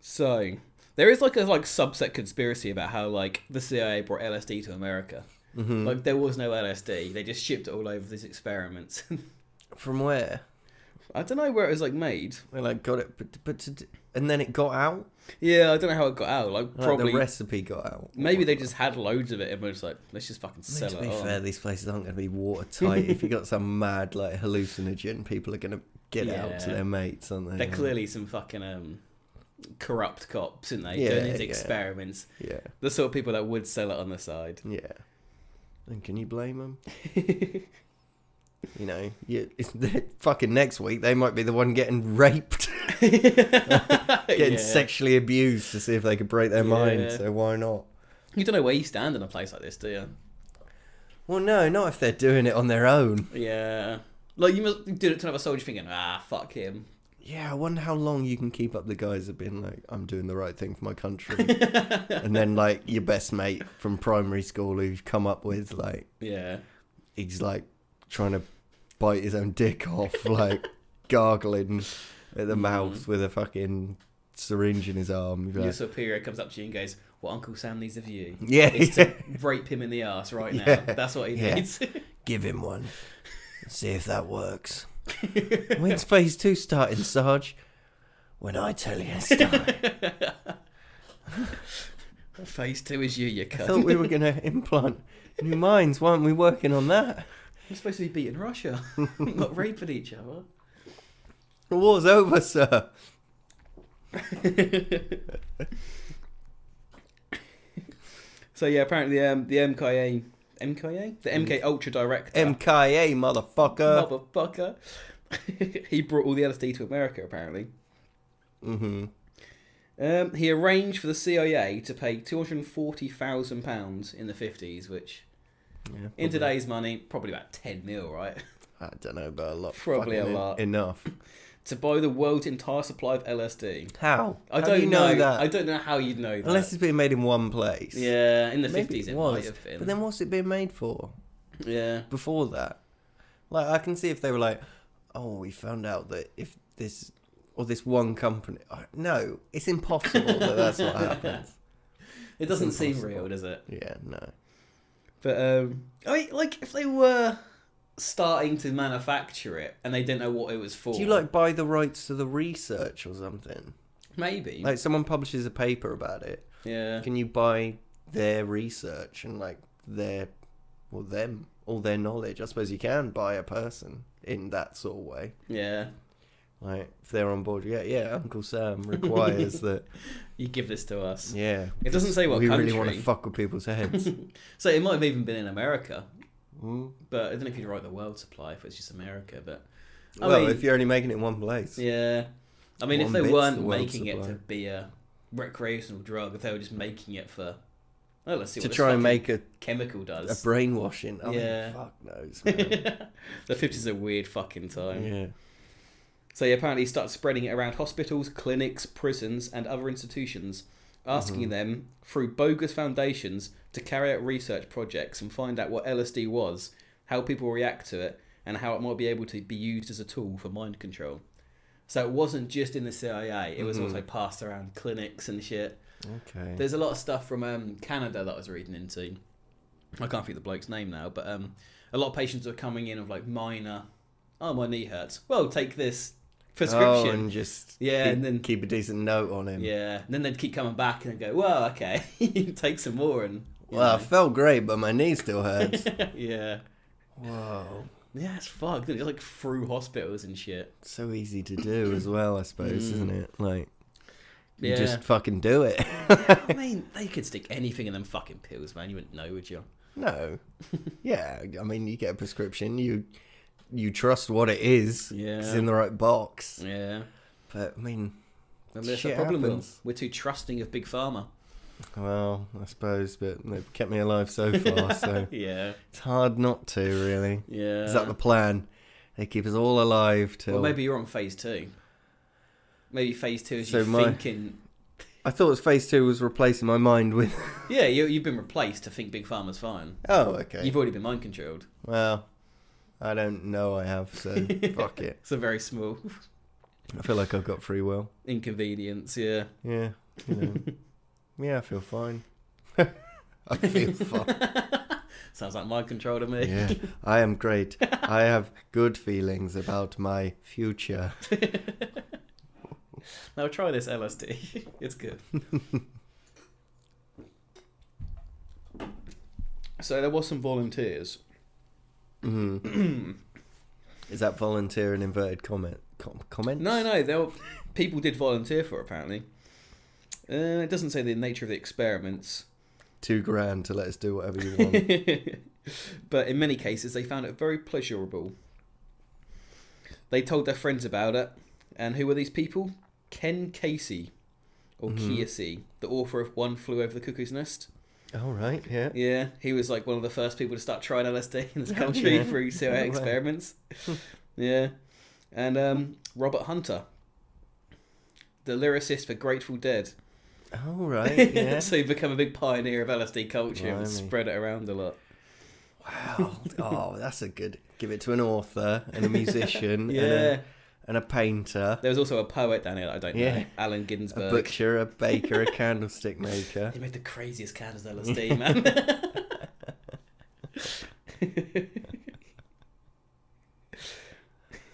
Speaker 1: So there is like a like subset conspiracy about how like the CIA brought LSD to America
Speaker 2: hmm
Speaker 1: Like there was no LSD. They just shipped it all over these experiments. (laughs)
Speaker 2: From where?
Speaker 1: I don't know where it was like made.
Speaker 2: They like got it, but but to, d- and then it got out.
Speaker 1: Yeah, I don't know how it got out. Like
Speaker 2: Like,
Speaker 1: probably
Speaker 2: the recipe got out.
Speaker 1: maybe they just had loads of it and were just like, let's just fucking
Speaker 2: I mean,
Speaker 1: sell
Speaker 2: to
Speaker 1: it.
Speaker 2: be
Speaker 1: on.
Speaker 2: fair, these places aren't going to be watertight. if you got some
Speaker 1: (laughs)
Speaker 2: mad like hallucinogen, people are going to get it out to
Speaker 1: Yeah.
Speaker 2: their mates, aren't they?
Speaker 1: They're
Speaker 2: Yeah.
Speaker 1: clearly some fucking um, corrupt cops, aren't they?
Speaker 2: Yeah,
Speaker 1: Doing these
Speaker 2: yeah.
Speaker 1: experiments.
Speaker 2: Yeah,
Speaker 1: The sort of people that would sell it on the side. (laughs)
Speaker 2: yeah. And can you blame them? you know, you, it's, (laughs) fucking next week they might be the one getting
Speaker 1: (laughs)
Speaker 2: raped, getting
Speaker 1: Yeah.
Speaker 2: sexually abused to see if they could break their mind.
Speaker 1: Yeah.
Speaker 2: So why not?
Speaker 1: You don't know where you stand in a place like this, do you?
Speaker 2: Well, no, not if they're doing it on their own.
Speaker 1: Yeah. Like you must do it to another soldier thinking, ah, fuck him.
Speaker 2: Yeah, I wonder how long you can keep up the guys have been like, I'm doing the right thing for my country. and then like your best mate from primary school who you've come up with, like
Speaker 1: Yeah.
Speaker 2: he's like trying to bite his own dick off, like gargling at the mouth with a fucking syringe in his arm. You'd be
Speaker 1: Your
Speaker 2: like,
Speaker 1: superior comes up to you and goes, What Uncle Sam needs of you
Speaker 2: yeah,
Speaker 1: is
Speaker 2: yeah. (laughs)
Speaker 1: to rape him in the ass right now.
Speaker 2: Yeah.
Speaker 1: That's what he
Speaker 2: Yeah.
Speaker 1: needs. (laughs)
Speaker 2: give him one. See if that works. When's phase two starting, Sarge? When I tell you it's time.
Speaker 1: Phase two is you, you
Speaker 2: I
Speaker 1: cunt.
Speaker 2: thought we were going
Speaker 1: (laughs)
Speaker 2: to implant new minds. Why aren't we working on that?
Speaker 1: We're supposed to be
Speaker 2: (laughs)
Speaker 1: beating Russia, not raping each other.
Speaker 2: The war's over, sir.
Speaker 1: (laughs) So yeah, apparently um, the MKA, MKA, the
Speaker 2: Mm.
Speaker 1: MK Ultra director,
Speaker 2: MKA, motherfucker.
Speaker 1: motherfucker, (laughs) he brought all the LSD to America. Apparently,
Speaker 2: Mm-hmm.
Speaker 1: um, he arranged for the CIA to pay two hundred forty thousand pounds in the fifties, which
Speaker 2: Yeah,
Speaker 1: in today's money probably about ten mil, right, (laughs)
Speaker 2: I don't know, but a lot.
Speaker 1: Probably a
Speaker 2: fucking en-
Speaker 1: lot.
Speaker 2: enough.
Speaker 1: to buy the world's entire supply of LSD.
Speaker 2: How?
Speaker 1: I
Speaker 2: How
Speaker 1: don't
Speaker 2: do you
Speaker 1: know.
Speaker 2: know, that.
Speaker 1: I don't know how you'd know that.
Speaker 2: Unless it's being made in one place.
Speaker 1: yeah, in the
Speaker 2: Maybe
Speaker 1: fifties
Speaker 2: it
Speaker 1: it, might
Speaker 2: was.
Speaker 1: have been.
Speaker 2: But then what's it being made for
Speaker 1: yeah,
Speaker 2: before that? Like, I can see if they were like, oh, we found out that if this or this one company. I- No, it's impossible that that's
Speaker 1: (laughs)
Speaker 2: what happens.
Speaker 1: it doesn't seem
Speaker 2: impossible.
Speaker 1: real, does it?
Speaker 2: Yeah, no.
Speaker 1: But um, I mean, like if they were starting to manufacture it and they didn't know what it was for,
Speaker 2: Do you like buy the rights to the research or something?
Speaker 1: maybe?
Speaker 2: Like, someone publishes a paper about it.
Speaker 1: yeah,
Speaker 2: Can you buy their research and like their well them all their knowledge? I suppose you can buy a person in that sort of way.
Speaker 1: yeah.
Speaker 2: Like if they're on board, yeah, yeah. Uncle
Speaker 1: (laughs)
Speaker 2: Sam requires that.
Speaker 1: You give this to us. (laughs)
Speaker 2: Yeah,
Speaker 1: It doesn't say what
Speaker 2: we
Speaker 1: country.
Speaker 2: really want to fuck with people's
Speaker 1: (laughs)
Speaker 2: heads.
Speaker 1: so it might have even been in America,
Speaker 2: Mm.
Speaker 1: but I don't know if you'd write the world supply if it's just America. But I
Speaker 2: well,
Speaker 1: mean-
Speaker 2: if you're only making it in one place,
Speaker 1: yeah, I mean, if
Speaker 2: One
Speaker 1: they
Speaker 2: bit's
Speaker 1: weren't
Speaker 2: the world
Speaker 1: making it
Speaker 2: supply.
Speaker 1: to be a recreational drug, if they were just making it for, well, let's see
Speaker 2: to
Speaker 1: what this
Speaker 2: try and
Speaker 1: fucking
Speaker 2: make a,
Speaker 1: chemical
Speaker 2: a
Speaker 1: does.
Speaker 2: brainwashing. I
Speaker 1: Yeah.
Speaker 2: mean, fuck knows. Man.
Speaker 1: (laughs) the fifties are a weird fucking time.
Speaker 2: yeah,
Speaker 1: So he apparently started spreading it around hospitals, clinics, prisons, and other institutions, asking them through bogus foundations to carry out research projects and find out what LSD was, how people react to it, and how it might be able to be used as a tool for mind control. So it wasn't just in the CIA; it was also passed around clinics and shit.
Speaker 2: okay.
Speaker 1: There's a lot of stuff from um, Canada that I was reading into. I can't think of the bloke's name now, but um, a lot of patients are coming in of like minor, oh my knee hurts. Well, take this
Speaker 2: oh,
Speaker 1: prescription.
Speaker 2: and just
Speaker 1: Yeah,
Speaker 2: keep,
Speaker 1: and then-
Speaker 2: keep a decent note on him.
Speaker 1: yeah, and then they'd keep coming back and go, well, okay, (laughs) take some more and you
Speaker 2: Well, I felt great, but my knee still
Speaker 1: (laughs)
Speaker 2: hurts.
Speaker 1: know. yeah,
Speaker 2: Whoa.
Speaker 1: yeah, it's fucked. It's like through hospitals and shit.
Speaker 2: so easy to do as well, I suppose, isn't it? Like, you
Speaker 1: Hmm. Yeah.
Speaker 2: just fucking do it. (laughs)
Speaker 1: I mean, they could stick anything in them fucking pills, man. You wouldn't know, would you? (laughs)
Speaker 2: no, yeah. I mean, you get a prescription, you you trust what it is. it's
Speaker 1: Yeah.
Speaker 2: in the right box.
Speaker 1: Yeah,
Speaker 2: But I mean,
Speaker 1: and that's the
Speaker 2: Shit
Speaker 1: problem. Will.
Speaker 2: happens.
Speaker 1: We're too trusting of big pharma.
Speaker 2: well, I suppose, but they've kept me alive
Speaker 1: (laughs)
Speaker 2: so far, so
Speaker 1: Yeah,
Speaker 2: it's hard not to. Really,
Speaker 1: yeah.
Speaker 2: is that the plan? They keep us all alive till.
Speaker 1: Well, maybe you're on phase two. Maybe phase two is
Speaker 2: So
Speaker 1: you
Speaker 2: my-
Speaker 1: thinking.
Speaker 2: I thought phase two was replacing my mind with.
Speaker 1: Yeah, you, you've been replaced to think Big Pharma's fine.
Speaker 2: oh, okay.
Speaker 1: You've already been mind controlled.
Speaker 2: Well, I don't know. I have (laughs) so fuck it.
Speaker 1: It's a very small (laughs)
Speaker 2: I feel like I've got free will.
Speaker 1: inconvenience. Yeah.
Speaker 2: Yeah.
Speaker 1: (laughs)
Speaker 2: (laughs) You know. yeah, I feel fine. I feel fine.
Speaker 1: Sounds like mind control to me.
Speaker 2: Yeah, I am great. I have good feelings about my future.
Speaker 1: now try this LSD. (laughs)
Speaker 2: (laughs)
Speaker 1: It's good. so there was some volunteers.
Speaker 2: Is that volunteer an inverted comment? Com- comment?
Speaker 1: No, no, there were, people did volunteer for it, apparently. Uh, it doesn't say the nature of the experiments,
Speaker 2: Two grand to let us do whatever you want.
Speaker 1: (laughs) but in many cases they found it very pleasurable. They told their friends about it, and who were these people? Ken Casey, or
Speaker 2: Mm-hmm.
Speaker 1: Kiesi, the author of One Flew Over the Cuckoo's Nest.
Speaker 2: (laughs) All right, yeah.
Speaker 1: Yeah, he was like one of the first people to start trying LSD in this
Speaker 2: (laughs)
Speaker 1: country
Speaker 2: yeah.
Speaker 1: through CIA
Speaker 2: No way. (laughs)
Speaker 1: experiments. yeah. And um, Robert Hunter, the lyricist for Grateful Dead.
Speaker 2: All (laughs) right, yeah.
Speaker 1: (laughs) so he became a big pioneer of LSD culture and
Speaker 2: Blimey.
Speaker 1: spread it around a lot.
Speaker 2: wow. Oh, that's a good. Give it to an author and a (laughs) musician and, uh,
Speaker 1: Yeah.
Speaker 2: a, and a painter,
Speaker 1: There was also a poet down here that I don't know,
Speaker 2: Yeah.
Speaker 1: Allen
Speaker 2: a
Speaker 1: Ginsberg.
Speaker 2: butcher, a baker, a candlestick maker.
Speaker 1: He made the craziest cans of LSD, man.
Speaker 2: (laughs)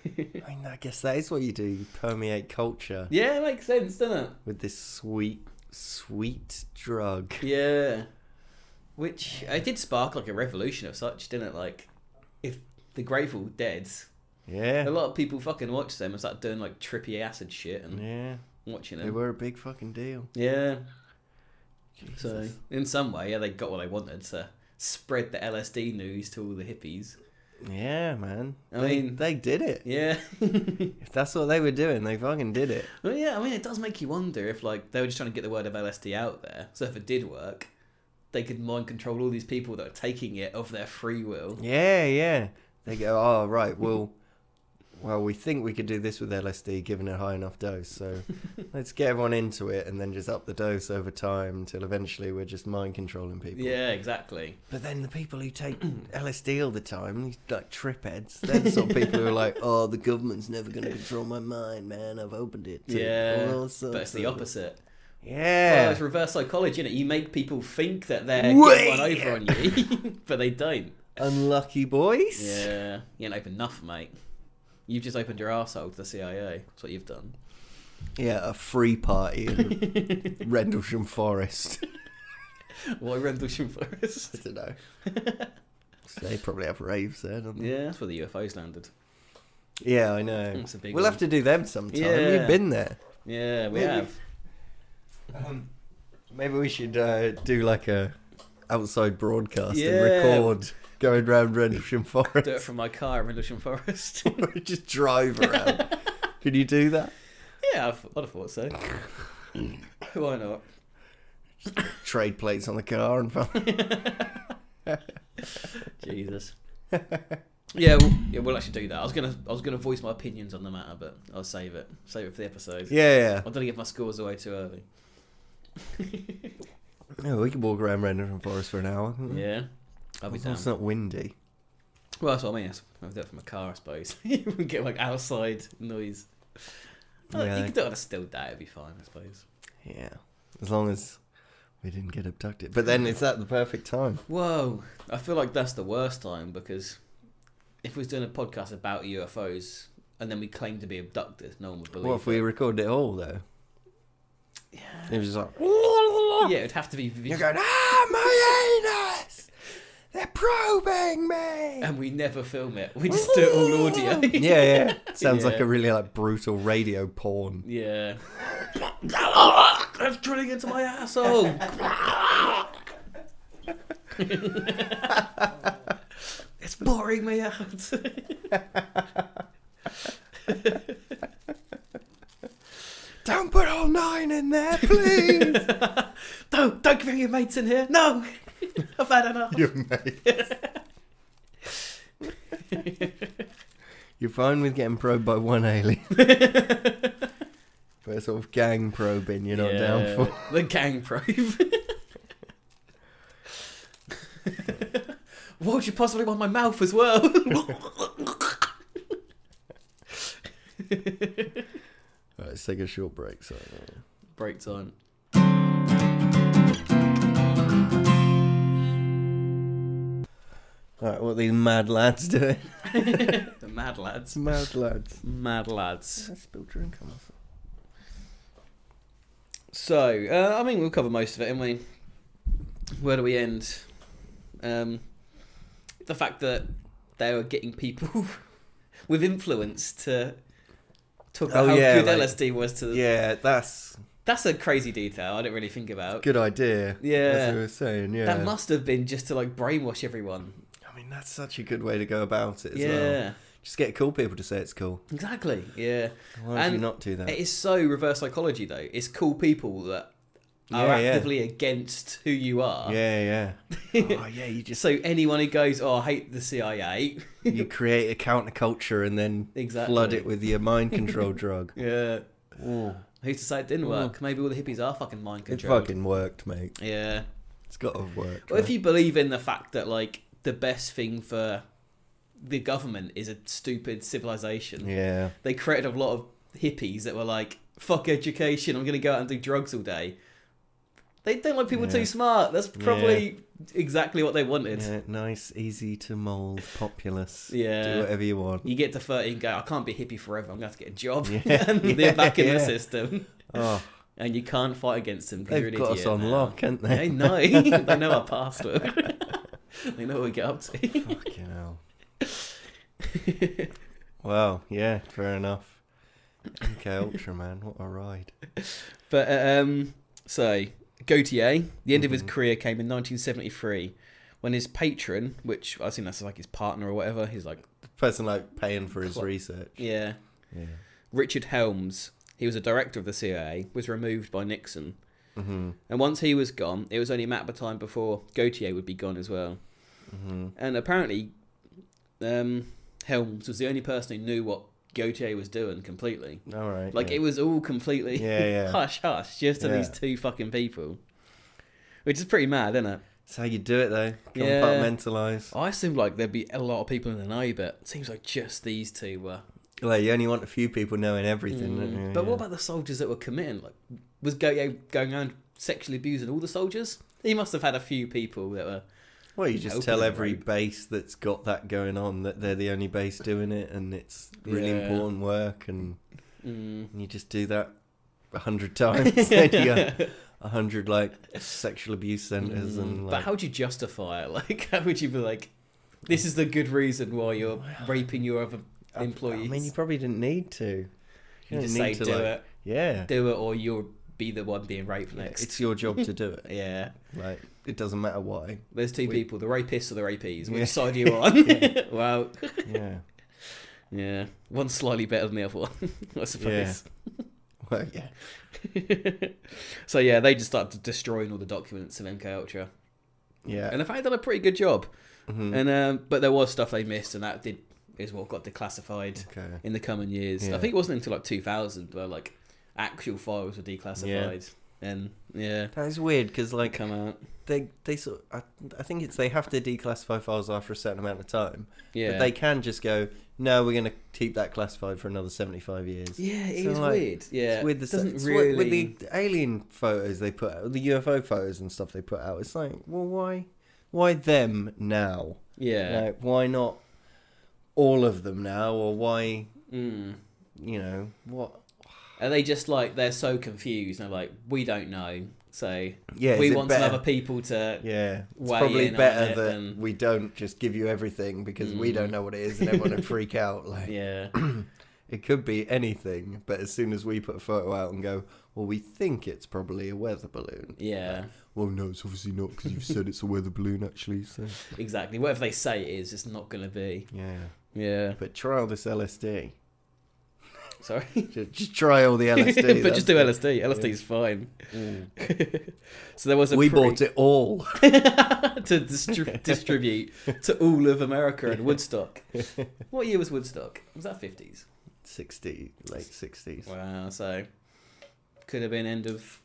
Speaker 2: I mean, I guess that is what you do. You permeate culture
Speaker 1: (laughs) yeah, it makes sense, doesn't it?
Speaker 2: with this sweet, sweet drug.
Speaker 1: Yeah. Which it did spark like a revolution of such, didn't it? Like if the Grateful Dead's a
Speaker 2: Yeah.
Speaker 1: lot of people fucking watched them and started doing like trippy acid shit and
Speaker 2: Yeah.
Speaker 1: watching
Speaker 2: They
Speaker 1: them.
Speaker 2: were a big fucking deal.
Speaker 1: Yeah. So
Speaker 2: Jesus.
Speaker 1: in some way, yeah, they got what they wanted to spread the LSD news to all the hippies.
Speaker 2: Yeah, man.
Speaker 1: I
Speaker 2: they,
Speaker 1: mean-
Speaker 2: they did it.
Speaker 1: Yeah. (laughs)
Speaker 2: If that's what they were doing, they fucking did it.
Speaker 1: well, yeah, I mean it does make you wonder if like they were just trying to get the word of LSD out there. So if it did work, they could mind control all these people that are taking it of their free will.
Speaker 2: Yeah, yeah. They go, oh, right, well, well, we think we could do this with LSD given a high enough dose. (laughs) So let's get everyone into it and then just up the dose over time until eventually we're just mind controlling people.
Speaker 1: Yeah, exactly.
Speaker 2: But then the people who take (clears throat) LSD all the time, these like trip heads, they're the sort of people who are like, oh, the government's never going to control my mind, man. I've opened it. To
Speaker 1: Yeah,
Speaker 2: all
Speaker 1: but
Speaker 2: sorts
Speaker 1: it's the
Speaker 2: of-"
Speaker 1: opposite. Well,
Speaker 2: Yeah.
Speaker 1: it's reverse psychology, innit? You make people think that they're
Speaker 2: Wait.
Speaker 1: getting one over on you, (laughs) but
Speaker 2: (laughs)
Speaker 1: they don't.
Speaker 2: Unlucky boys.
Speaker 1: Yeah, you ain't open enough, mate. You've just opened your arsehole to the CIA. That's what you've done. (laughs)
Speaker 2: Yeah, a free party in Rendlesham Forest. (laughs)
Speaker 1: Why Rendlesham Forest?
Speaker 2: I don't
Speaker 1: (laughs)
Speaker 2: know. they probably have raves there, don't they?
Speaker 1: Yeah, that's where the UFOs landed.
Speaker 2: Yeah, I know.
Speaker 1: That's a big
Speaker 2: We'll
Speaker 1: one.
Speaker 2: have to do them sometime.
Speaker 1: Yeah.
Speaker 2: You've been there.
Speaker 1: Yeah, we
Speaker 2: Maybe.
Speaker 1: have.
Speaker 2: Um, Maybe we should uh, do like a outside broadcast
Speaker 1: Yeah.
Speaker 2: and record going round Rendlesham
Speaker 1: Do it
Speaker 2: Forest. (laughs)
Speaker 1: from my car in Rendlesham Forest.
Speaker 2: We Just drive
Speaker 1: (laughs)
Speaker 2: around. Can you do that?
Speaker 1: yeah, I've, I'd have
Speaker 2: (laughs)
Speaker 1: thought so. Why not?
Speaker 2: Trade plates on the car and
Speaker 1: (laughs)
Speaker 2: (laughs)
Speaker 1: Jesus. Yeah, we'll, yeah, we'll actually do that. I was gonna, I was gonna voice my opinions on the matter, but I'll save it. Save it for the episode.
Speaker 2: yeah, yeah.
Speaker 1: I'm gonna give my scores away too early.
Speaker 2: No, we could walk around Rendlesham Forest for an hour. couldn't we?
Speaker 1: Yeah, I'll be
Speaker 2: As
Speaker 1: down.
Speaker 2: long as It's not windy.
Speaker 1: Well, that's what I mean. that's- I'll do it from a car, I suppose. (laughs) you would get like outside noise. Oh,
Speaker 2: Yeah.
Speaker 1: You could do it on a still day. It'd be fine, I suppose.
Speaker 2: Yeah, as long as we didn't get abducted. But then it's at the perfect time.
Speaker 1: Whoa, I feel like that's the worst time because if we was doing a podcast about UFOs and then we claim to be abducted, no one would believe.
Speaker 2: What if we
Speaker 1: it.
Speaker 2: recorded it all though? Yeah. It was just like
Speaker 1: Yeah, it'd have to be.
Speaker 2: you're going ah my anus, they're probing me.
Speaker 1: and we never film it. We just do it all audio.
Speaker 2: (laughs)
Speaker 1: (laughs)
Speaker 2: yeah, yeah. Sounds like
Speaker 1: Yeah.
Speaker 2: a really like brutal radio porn.
Speaker 1: Yeah. That's drilling into my asshole. (laughs) it's boring me out.
Speaker 2: (laughs)
Speaker 1: (laughs)
Speaker 2: Don't put all nine in there, (laughs) please.
Speaker 1: don't don't bring your mates in here. No, (laughs) I've had enough.
Speaker 2: Your mate. You're fine with getting probed by one
Speaker 1: (laughs)
Speaker 2: alien. but sort of gang probing, you're not down for.
Speaker 1: (laughs) the gang (laughs) probe. what would you possibly want my mouth as well?
Speaker 2: Alright, let's take a short break. So.
Speaker 1: (laughs) Break time.
Speaker 2: All right, what are these mad lads doing?
Speaker 1: the mad lads.
Speaker 2: mad lads.
Speaker 1: Mad lads.
Speaker 2: I spilled drink on myself.
Speaker 1: So, uh, I mean, we'll cover most of it, and we. Where do we end? Um, the fact that they were getting people (laughs) with influence to talk about
Speaker 2: Oh,
Speaker 1: how
Speaker 2: yeah,
Speaker 1: good
Speaker 2: like-
Speaker 1: LSD was to. The,
Speaker 2: Yeah, that's
Speaker 1: That's a crazy detail. I didn't really think about.
Speaker 2: good idea.
Speaker 1: Yeah.
Speaker 2: As we were saying, yeah.
Speaker 1: That must have been just to like brainwash everyone.
Speaker 2: I mean, that's such a good way to go about it as
Speaker 1: yeah,
Speaker 2: well. Just get cool people to say it's cool.
Speaker 1: exactly. Yeah,
Speaker 2: Why would you
Speaker 1: And
Speaker 2: not do that?
Speaker 1: it is so reverse psychology though. It's cool people that are
Speaker 2: Yeah, yeah.
Speaker 1: actively against who you are.
Speaker 2: yeah, yeah.
Speaker 1: (laughs)
Speaker 2: oh, yeah, you just
Speaker 1: So anyone who goes, "Oh, I hate the CIA,"
Speaker 2: you create a counterculture and then
Speaker 1: Exactly.
Speaker 2: flood it with your mind
Speaker 1: (laughs)
Speaker 2: control drug.
Speaker 1: yeah,
Speaker 2: Ooh,
Speaker 1: who's to say it didn't work? Maybe all the hippies are fucking mind
Speaker 2: it
Speaker 1: controlled.
Speaker 2: fucking worked, mate.
Speaker 1: Yeah.
Speaker 2: It's got to have worked.
Speaker 1: Well, if
Speaker 2: right?
Speaker 1: you believe in the fact that like the best thing for the government is a stupid civilization,
Speaker 2: Yeah,
Speaker 1: they created a lot of hippies that were like, "Fuck education, I'm going to go out and do drugs all day." They don't like people
Speaker 2: Yeah.
Speaker 1: too smart. That's probably exactly what they wanted.
Speaker 2: yeah, nice, easy to mold, populace.
Speaker 1: Yeah.
Speaker 2: do whatever you want.
Speaker 1: You get to 30 and go, I can't be a hippie forever. I'm going to have to get a job. (laughs)
Speaker 2: Yeah.
Speaker 1: and they're back in the
Speaker 2: Yeah.
Speaker 1: system.
Speaker 2: Oh,
Speaker 1: And you can't fight against them because you're
Speaker 2: they've
Speaker 1: an
Speaker 2: got
Speaker 1: idiot.
Speaker 2: us on
Speaker 1: now.
Speaker 2: lock, haven't
Speaker 1: They
Speaker 2: they?
Speaker 1: know. (laughs) they know our password. (laughs) they know what we get up to.
Speaker 2: Fucking hell. Wow. Yeah. Fair enough. Okay, Ultraman. What a ride.
Speaker 1: But uh, um, so Gautier, the end of
Speaker 2: Mm-hmm.
Speaker 1: his career came in 1973 when his patron, which I think that's like his partner or whatever, he's like
Speaker 2: The person like paying for his research.
Speaker 1: yeah,
Speaker 2: Yeah.
Speaker 1: Richard Helms. He was a director of the CIA. Was removed by Nixon,
Speaker 2: Mm-hmm.
Speaker 1: and once he was gone, it was only a matter of time before Gautier would be gone as well.
Speaker 2: Mm-hmm.
Speaker 1: And apparently, um, Helms was the only person who knew what Gautier was doing completely.
Speaker 2: All right.
Speaker 1: Like
Speaker 2: yeah.
Speaker 1: it was all completely
Speaker 2: Yeah,
Speaker 1: (laughs)
Speaker 2: yeah.
Speaker 1: hush hush just to
Speaker 2: Yeah.
Speaker 1: these two fucking people, which is pretty mad, isn't it?
Speaker 2: That's how you do it, though.
Speaker 1: Yeah.
Speaker 2: Compartmentalize.
Speaker 1: I assume like there'd be a lot of people in the know, but it seems like just these two were.
Speaker 2: Like you only want a few people knowing everything.
Speaker 1: Mm.
Speaker 2: Don't you?
Speaker 1: but
Speaker 2: Yeah.
Speaker 1: what about the soldiers that were committing? Like, was Goye going around sexually abusing all the soldiers? He must have had a few people that were.
Speaker 2: Well, you
Speaker 1: Yeah,
Speaker 2: just
Speaker 1: open
Speaker 2: tell
Speaker 1: the
Speaker 2: every
Speaker 1: rope.
Speaker 2: base that's got that going on that they're the only base doing it, and it's really
Speaker 1: Yeah.
Speaker 2: important work, and (laughs)
Speaker 1: Mm.
Speaker 2: you just do that a hundred times. (laughs) Then
Speaker 1: (laughs)
Speaker 2: you got a hundred like sexual abuse centers,
Speaker 1: Mm.
Speaker 2: and like,
Speaker 1: But how would you justify it? (laughs) Like, how would you be like, this is the good reason why you're raping your other
Speaker 2: I-
Speaker 1: employees?
Speaker 2: I mean, you probably didn't need to. You,
Speaker 1: you
Speaker 2: don't
Speaker 1: just say
Speaker 2: need to,
Speaker 1: do
Speaker 2: like-
Speaker 1: it,
Speaker 2: Yeah.
Speaker 1: do it, or you'll be the one being raped
Speaker 2: Yeah,
Speaker 1: next.
Speaker 2: It's your job
Speaker 1: (laughs)
Speaker 2: to do it.
Speaker 1: yeah.
Speaker 2: Like it doesn't matter why.
Speaker 1: There's two
Speaker 2: We-
Speaker 1: people, the rapists or the rapees. Which
Speaker 2: Yeah.
Speaker 1: side
Speaker 2: (laughs)
Speaker 1: are you on? (laughs) wow.
Speaker 2: Yeah.
Speaker 1: Yeah. One's slightly better than the other one, (laughs) I suppose.
Speaker 2: (laughs) Well, yeah.
Speaker 1: (laughs) so yeah, they just started destroying all the documents of MK Ultra.
Speaker 2: Yeah.
Speaker 1: And in fact they've done a pretty good job.
Speaker 2: Mhm.
Speaker 1: And um, but there was stuff they missed and that did is what got declassified
Speaker 2: okay.
Speaker 1: in the coming years. I
Speaker 2: Yeah.
Speaker 1: think it wasn't until like two thousand where like actual files were declassified. And yeah.
Speaker 2: That is weird because like
Speaker 1: Come out.
Speaker 2: they they sort I, I think it's they have to declassify files after a certain amount of time.
Speaker 1: Yeah.
Speaker 2: But they can just go, no, we're going to keep that classified for another 75 years.
Speaker 1: yeah, it
Speaker 2: So,
Speaker 1: is
Speaker 2: like,
Speaker 1: weird. Yeah,
Speaker 2: It's with the,
Speaker 1: it doesn't
Speaker 2: it's what-
Speaker 1: really.
Speaker 2: with the alien photos they put out, the UFO photos and stuff they put out. It's like, well, why why them now?
Speaker 1: yeah,
Speaker 2: Like, why not all of them now? Or why,
Speaker 1: mm.
Speaker 2: you know, what?
Speaker 1: Are they just like they're so confused? And they're like, we don't know. So
Speaker 2: Yeah,
Speaker 1: we
Speaker 2: is it
Speaker 1: want
Speaker 2: better?
Speaker 1: some other people to.
Speaker 2: Yeah, it's
Speaker 1: weigh
Speaker 2: probably
Speaker 1: in on
Speaker 2: better
Speaker 1: it
Speaker 2: that
Speaker 1: and-
Speaker 2: we don't just give you everything because we
Speaker 1: Mm.
Speaker 2: don't know what it is and everyone
Speaker 1: (laughs)
Speaker 2: would freak out. Like,
Speaker 1: Yeah.
Speaker 2: It could be anything, but as soon as we put a photo out and go, well, we think it's probably a weather balloon.
Speaker 1: Yeah.
Speaker 2: Well, no, it's obviously not because you've said it's a weather balloon, actually. So
Speaker 1: Exactly. Whatever they say it is, it's not going to be.
Speaker 2: yeah,
Speaker 1: Yeah.
Speaker 2: but try all this LSD.
Speaker 1: Sorry.
Speaker 2: Just, just try all
Speaker 1: (laughs)
Speaker 2: the LSD.
Speaker 1: but just do LSD. LSD's fine. (laughs) so there was a
Speaker 2: Mm. We
Speaker 1: pre-
Speaker 2: bought it all.
Speaker 1: (laughs) to
Speaker 2: (laughs)
Speaker 1: distri- distribute to all of America and Woodstock. What year was Woodstock? Was that fifties?
Speaker 2: Sixty, late sixties.
Speaker 1: Wow. So could have been end of.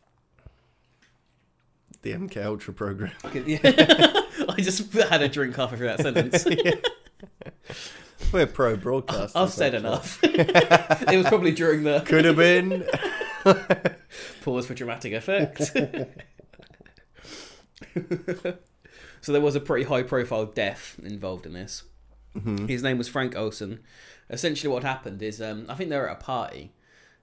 Speaker 2: The MK Ultra program. (laughs)
Speaker 1: could- yeah. (laughs) I just had a drink halfway through
Speaker 2: (laughs)
Speaker 1: that sentence.
Speaker 2: We're pro broadcast.
Speaker 1: I've said enough. (laughs) it was probably during the
Speaker 2: Could have
Speaker 1: (laughs)
Speaker 2: been.
Speaker 1: pause for dramatic effect. (laughs) So there was a pretty high profile death involved in this.
Speaker 2: Mhm.
Speaker 1: His name was Frank Olson. Essentially, what happened is um, I think they were at a party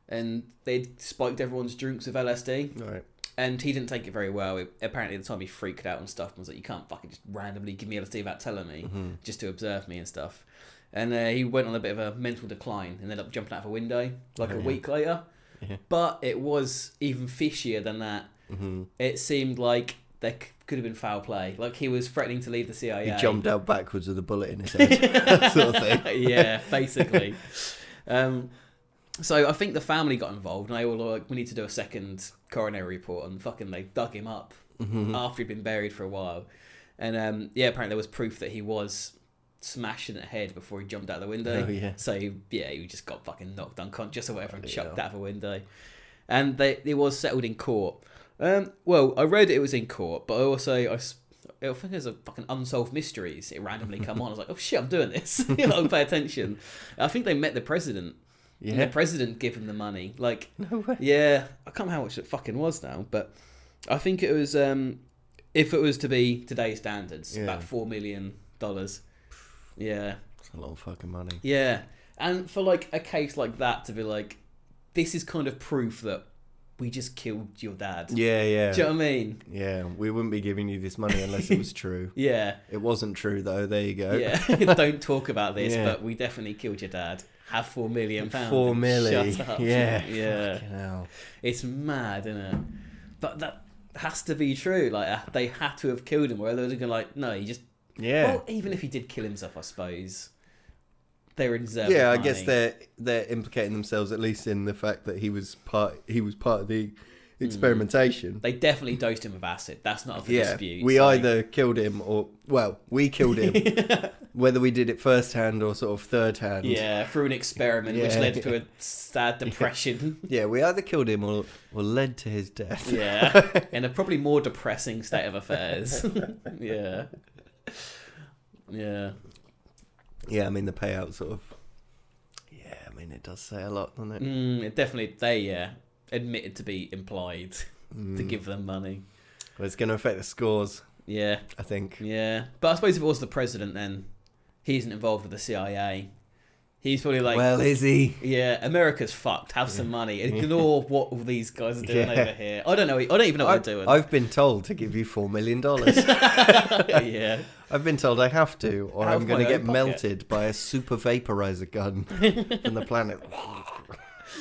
Speaker 1: and they'd spiked everyone's drinks with LSD
Speaker 2: All right.
Speaker 1: and he didn't take it very well. It- apparently, at the time, he freaked out and stuff and was like, You can't fucking just randomly give me LSD without telling me
Speaker 2: Mm-hmm.
Speaker 1: just to observe me and stuff. And uh, he went on a bit of a mental decline and ended up jumping out of a window like
Speaker 2: Oh,
Speaker 1: a
Speaker 2: yeah.
Speaker 1: week later.
Speaker 2: (laughs) Yeah.
Speaker 1: But it was even fishier than that.
Speaker 2: hmm
Speaker 1: It seemed like there c- could have been foul play. Like he was threatening to leave the CIA.
Speaker 2: He jumped out backwards with a bullet
Speaker 1: (laughs)
Speaker 2: in his head. (laughs) that sort of thing.
Speaker 1: yeah,
Speaker 2: (laughs)
Speaker 1: basically. um, so I think the family got involved, and they were like, "We need to do a second coronary report." And fucking, they dug him up
Speaker 2: Mm-hmm.
Speaker 1: after he'd been buried for a while. And um, yeah, apparently there was proof that he was smashing the head before he jumped out the window.
Speaker 2: Oh, yeah.
Speaker 1: So yeah, he just got fucking knocked unconscious or whatever and
Speaker 2: Yeah.
Speaker 1: chucked out of a window. eh? And they it was settled in court. Um, well, I read it was in court, but I also I, s- I think there's a fucking unsolved mysteries. It randomly come on. I was like, oh shit, I'm doing this. (laughs) you know, pay attention. I think they met the president. And the
Speaker 2: Yeah.
Speaker 1: president gave him the money. Like,
Speaker 2: (laughs) No way.
Speaker 1: yeah, I can't remember how much it fucking was now, but I think it was um, if it was to be today's standards,
Speaker 2: Yeah.
Speaker 1: about four million dollars. Yeah,
Speaker 2: It's a lot of fucking money.
Speaker 1: yeah, and for like a case like that to be like, this is kind of proof that we just killed your dad.
Speaker 2: Yeah, yeah.
Speaker 1: Do you know what I mean?
Speaker 2: yeah, we wouldn't be giving you this money unless
Speaker 1: (laughs)
Speaker 2: it was true.
Speaker 1: Yeah,
Speaker 2: It wasn't true, though. There you go.
Speaker 1: yeah.
Speaker 2: (laughs)
Speaker 1: (laughs) Don't talk about this,
Speaker 2: Uh, Yeah.
Speaker 1: but we definitely killed your dad. Have four million pounds.
Speaker 2: Four milli.
Speaker 1: Shut
Speaker 2: (laughs)
Speaker 1: up.
Speaker 2: Yeah.
Speaker 1: yeah.
Speaker 2: Fucking hell.
Speaker 1: It's mad, isn't it? But that has to be true. Like uh, they had to have killed him, or they were going like, no, he just.
Speaker 2: Yeah.
Speaker 1: Well, even if he did kill himself, I suppose they were in deserving.
Speaker 2: yeah, I
Speaker 1: money.
Speaker 2: guess they're they're implicating themselves at least in the fact that he was part he was part of the experimentation.
Speaker 1: Hmm. They definitely dosed him with acid. That's not a
Speaker 2: yeah,
Speaker 1: dispute.
Speaker 2: we
Speaker 1: like-
Speaker 2: either killed him or well, we killed
Speaker 1: (laughs)
Speaker 2: him. whether we did it first hand or sort of third hand.
Speaker 1: Yeah, through an experiment which
Speaker 2: Yeah.
Speaker 1: led to a
Speaker 2: (laughs)
Speaker 1: sad depression.
Speaker 2: Yeah, we either killed him or or led to his death.
Speaker 1: Yeah, in a probably more depressing state
Speaker 2: (laughs)
Speaker 1: of affairs. yeah, yeah.
Speaker 2: (laughs) Yeah, I mean the payout sort of. Yeah, I mean it does say a lot, doesn't it?
Speaker 1: Mm, it definitely, they uh, admitted to be implied to
Speaker 2: Mm.
Speaker 1: give them money.
Speaker 2: Well, it's going to affect the scores,
Speaker 1: Yeah,
Speaker 2: I think.
Speaker 1: yeah. But I suppose if it was the president, then he isn't involved with the CIA. He's probably like,
Speaker 2: well, is he?
Speaker 1: yeah, America's fucked. Have some money. Ignore what all these guys are
Speaker 2: (laughs)
Speaker 1: doing
Speaker 2: Yeah.
Speaker 1: over here. I don't know. I don't even know what
Speaker 2: I've,
Speaker 1: they're doing.
Speaker 2: I've been told to give you four million
Speaker 1: (laughs)
Speaker 2: dollars.
Speaker 1: yeah.
Speaker 2: I've been told I have to, or
Speaker 1: Out
Speaker 2: I'm
Speaker 1: of
Speaker 2: going
Speaker 1: my
Speaker 2: to get
Speaker 1: own pocket.
Speaker 2: melted by a super vaporizer gun from the planet.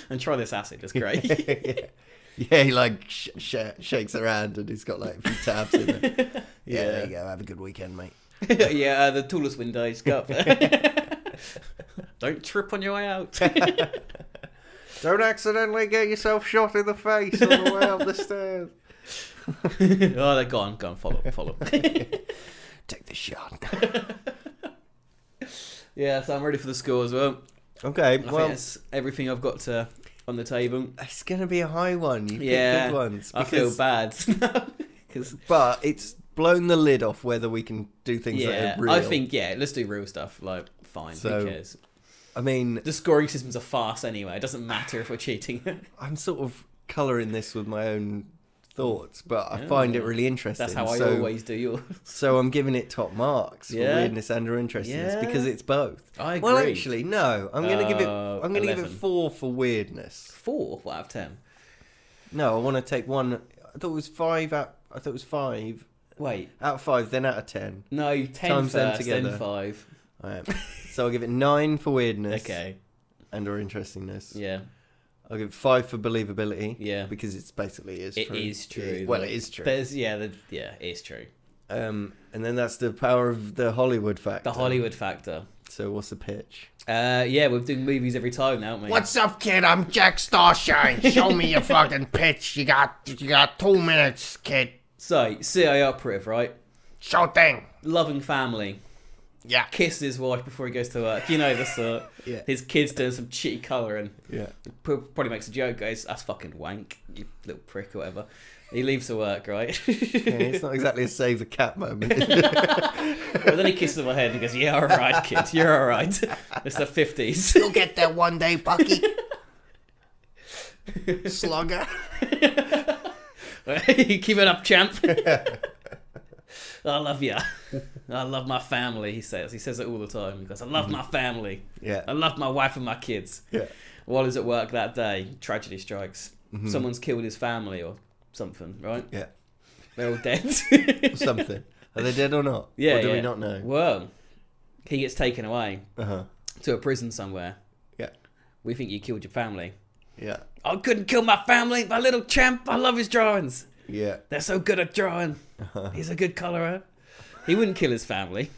Speaker 1: And try this acid. It's great.
Speaker 2: (laughs) yeah. yeah, he like sh- sh- shakes her hand, and he's got like a few tabs in it. Yeah, there
Speaker 1: (laughs)
Speaker 2: you go. Have a good weekend, mate.
Speaker 1: yeah, uh, the tallest window is up.
Speaker 2: (laughs)
Speaker 1: Don't trip on your way out. (laughs)
Speaker 2: Don't accidentally get yourself shot in the face on the way up the stairs.
Speaker 1: oh, they're gone. Go on, follow, follow.
Speaker 2: (laughs) Take the shot.
Speaker 1: yeah, so I'm ready for the score as well.
Speaker 2: Okay,
Speaker 1: I
Speaker 2: well,
Speaker 1: think that's everything I've got to, on the table.
Speaker 2: it's going to be a high one. You
Speaker 1: Yeah,
Speaker 2: pick good ones.
Speaker 1: I feel
Speaker 2: because-
Speaker 1: bad. (laughs) Because
Speaker 2: But it's blown the lid off whether we can do things
Speaker 1: yeah,
Speaker 2: that are real.
Speaker 1: I think yeah, let's do real stuff. Like, fine,
Speaker 2: So-
Speaker 1: who cares?
Speaker 2: I mean,
Speaker 1: The scoring system's a farce anyway. It doesn't matter if we're cheating. (laughs)
Speaker 2: I'm sort of colouring this with my own thoughts, but I find it
Speaker 1: Oh.
Speaker 2: really interesting.
Speaker 1: That's how I
Speaker 2: so,
Speaker 1: always do
Speaker 2: (laughs)
Speaker 1: yours.
Speaker 2: So I'm giving it top marks
Speaker 1: Yeah.
Speaker 2: for weirdness and or interestingness
Speaker 1: Yeah.
Speaker 2: because it's both.
Speaker 1: I agree.
Speaker 2: Well, actually, no. I'm gonna give it.
Speaker 1: Uh,
Speaker 2: I'm gonna give it
Speaker 1: 11.
Speaker 2: four for weirdness.
Speaker 1: four out of ten.
Speaker 2: No, I want to take one. I thought it was five out. I thought it was five
Speaker 1: Wait,
Speaker 2: out of five, then out of ten.
Speaker 1: no, ten
Speaker 2: Times them
Speaker 1: first,
Speaker 2: together.
Speaker 1: then five.
Speaker 2: All
Speaker 1: (laughs)
Speaker 2: right. so I'll give it nine for weirdness
Speaker 1: Okay,
Speaker 2: and or interestingness.
Speaker 1: yeah.
Speaker 2: I'll give it five for believability.
Speaker 1: Yeah.
Speaker 2: because it's basically is
Speaker 1: It
Speaker 2: true.
Speaker 1: is true.
Speaker 2: well,
Speaker 1: like,
Speaker 2: it is true.
Speaker 1: There's yeah, the, yeah, it's true.
Speaker 2: Um, and then that's the power of the Hollywood factor.
Speaker 1: The Hollywood factor.
Speaker 2: So what's the pitch?
Speaker 1: Uh, yeah, we're doing movies every time now, aren't we?
Speaker 3: What's up, kid? I'm Jack Starshine. Show me your fucking pitch. You got you got two minutes, kid.
Speaker 1: So CIA operative, right?
Speaker 3: Show thing.
Speaker 1: Loving family.
Speaker 3: Yeah.
Speaker 1: Kisses his wife before he goes to work. You know the sort.
Speaker 2: (laughs) Yeah.
Speaker 1: His kids doing some cheeky colouring.
Speaker 2: (laughs) Yeah.
Speaker 1: P- Probably makes a joke. Goes, "That's fucking wank, you little prick or whatever." He leaves to work, right? (laughs)
Speaker 2: it's not exactly a save the cat moment. (laughs)
Speaker 1: but then he kisses my head and goes, "Yeah, all right, kid. You're all right." (laughs) It's the fifties.
Speaker 3: You'll get there one day, Bucky. Slugger.
Speaker 1: (laughs)
Speaker 2: (laughs)
Speaker 1: Keep it up, champ. I love you. I love my family, he says. He says it all the time. He goes, I love my family.
Speaker 2: Mm-hmm. Yeah.
Speaker 1: I love my wife and my kids.
Speaker 2: Yeah.
Speaker 1: While he's at work that day, tragedy strikes. Someone's killed his family or something, right?
Speaker 2: Mm-hmm. Yeah.
Speaker 1: They're all
Speaker 2: (laughs)
Speaker 1: dead. (laughs)
Speaker 2: Something. Are they dead or not?
Speaker 1: Yeah.
Speaker 2: Or do we
Speaker 1: yeah.
Speaker 2: not know?
Speaker 1: Well, he gets taken away
Speaker 2: Uh huh.
Speaker 1: to a prison somewhere.
Speaker 2: Yeah.
Speaker 1: We think you killed your family.
Speaker 2: Yeah.
Speaker 1: I couldn't kill my family, my little champ. I love his drawings.
Speaker 2: Yeah.
Speaker 1: They're so good at
Speaker 2: (laughs)
Speaker 1: drawing. He's a good colorer. He wouldn't kill his family,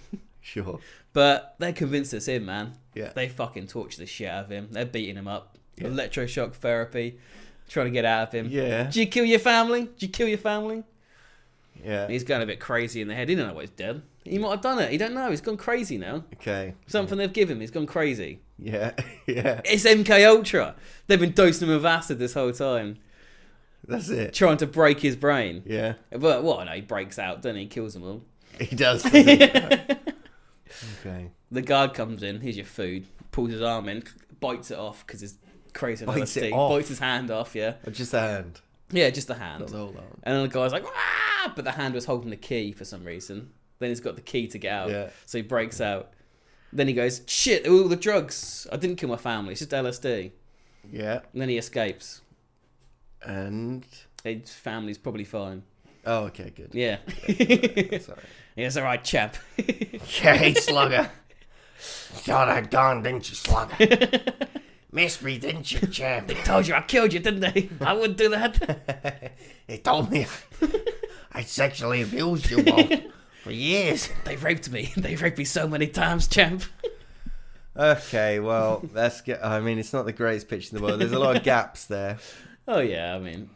Speaker 2: Sure.
Speaker 1: but they convinced us in, man.
Speaker 2: Yeah.
Speaker 1: They fucking torture the shit out of him. They're beating him up. Electroshock therapy, trying to get out of him.
Speaker 2: Yeah.
Speaker 1: Did you kill your family? Did you kill your family?
Speaker 2: Yeah.
Speaker 1: He's going a bit crazy in the head. He don't know what he's done. He might have done it. He don't know. He's gone crazy now.
Speaker 2: Okay.
Speaker 1: Something they've given him. He's gone crazy.
Speaker 2: Yeah. (laughs) Yeah.
Speaker 1: It's MK Ultra. They've been dosing him with acid this whole time,
Speaker 2: That's it.
Speaker 1: trying to break his brain.
Speaker 2: Yeah.
Speaker 1: But what? No, he breaks out, doesn't he? Kills them all.
Speaker 2: He
Speaker 1: (laughs)
Speaker 2: does. doesn't he? okay.
Speaker 1: The guard comes in. Here's your food. Pulls his arm in, bites it off because he's crazy. on
Speaker 2: Bites it
Speaker 1: LSD.
Speaker 2: off?
Speaker 1: Bites his hand off. Yeah,
Speaker 2: Or just a hand.
Speaker 1: yeah, just the hand.
Speaker 2: The whole arm.
Speaker 1: And then the guy's like, ah! but the hand was holding the key for some reason. Then he's got the key to get out.
Speaker 2: Yeah.
Speaker 1: So he breaks out. Then he goes, shit, all the drugs. I didn't kill my family. It's just LSD.
Speaker 2: Yeah.
Speaker 1: And then he escapes.
Speaker 2: And.
Speaker 1: His family's probably fine.
Speaker 2: Oh, okay. Good.
Speaker 1: Yeah. (laughs)
Speaker 2: Sorry.
Speaker 1: Yes, all right, chap. (laughs)
Speaker 3: Yeah, hey, Slugger. Thought I'd gone, didn't you, Slugger? Missed me, didn't you, champ?
Speaker 1: Told you I killed you, didn't they? I wouldn't do that. (laughs)
Speaker 3: They told me I sexually abused you both for years.
Speaker 1: they raped me. (laughs) They raped me so many times, champ. (laughs)
Speaker 2: Okay. Well, that's good. I mean, it's not the greatest pitch in the world. There's a lot of gaps there.
Speaker 1: Oh, yeah, I mean,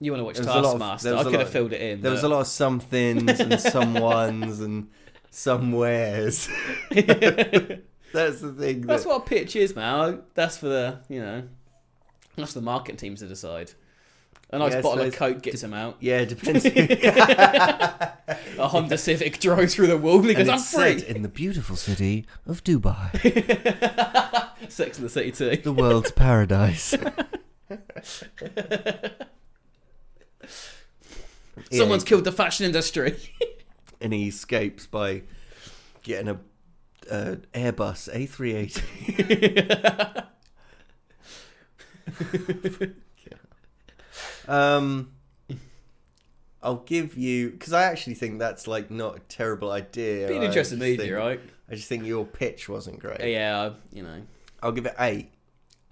Speaker 1: you want to watch
Speaker 2: There was a lot of-
Speaker 1: Taskmaster.
Speaker 2: there was
Speaker 1: I
Speaker 2: a
Speaker 1: could
Speaker 2: lot
Speaker 1: have
Speaker 2: of-
Speaker 1: filled it in.
Speaker 2: There was a lot of somethings
Speaker 1: (laughs)
Speaker 2: and someones and somewheres. That's the thing.
Speaker 1: That's
Speaker 2: that-
Speaker 1: what a pitch is, man. That's for the you know, that's for the marketing teams to decide. A nice
Speaker 2: Yeah, I
Speaker 1: bottle of
Speaker 2: suppose-
Speaker 1: Coke gets him out.
Speaker 2: Yeah, it
Speaker 1: (laughs)
Speaker 2: depends. who-
Speaker 1: A Honda Civic (laughs) drives through the wall. He goes,
Speaker 2: And
Speaker 1: "I'm
Speaker 2: it's set
Speaker 1: free."
Speaker 2: in the beautiful city of Dubai,
Speaker 1: Sex in the City too.
Speaker 2: the world's
Speaker 1: (laughs)
Speaker 2: paradise.
Speaker 1: Someone's killed the fashion industry. (laughs)
Speaker 2: and he escapes by getting a uh, Airbus A380. (laughs) um, I'll give you because I actually think that's like not a terrible idea.
Speaker 1: Being
Speaker 2: I
Speaker 1: interested in
Speaker 2: just
Speaker 1: media,
Speaker 2: think-
Speaker 1: right?
Speaker 2: I just think your pitch wasn't great.
Speaker 1: Yeah, you know,
Speaker 2: I'll give it eight.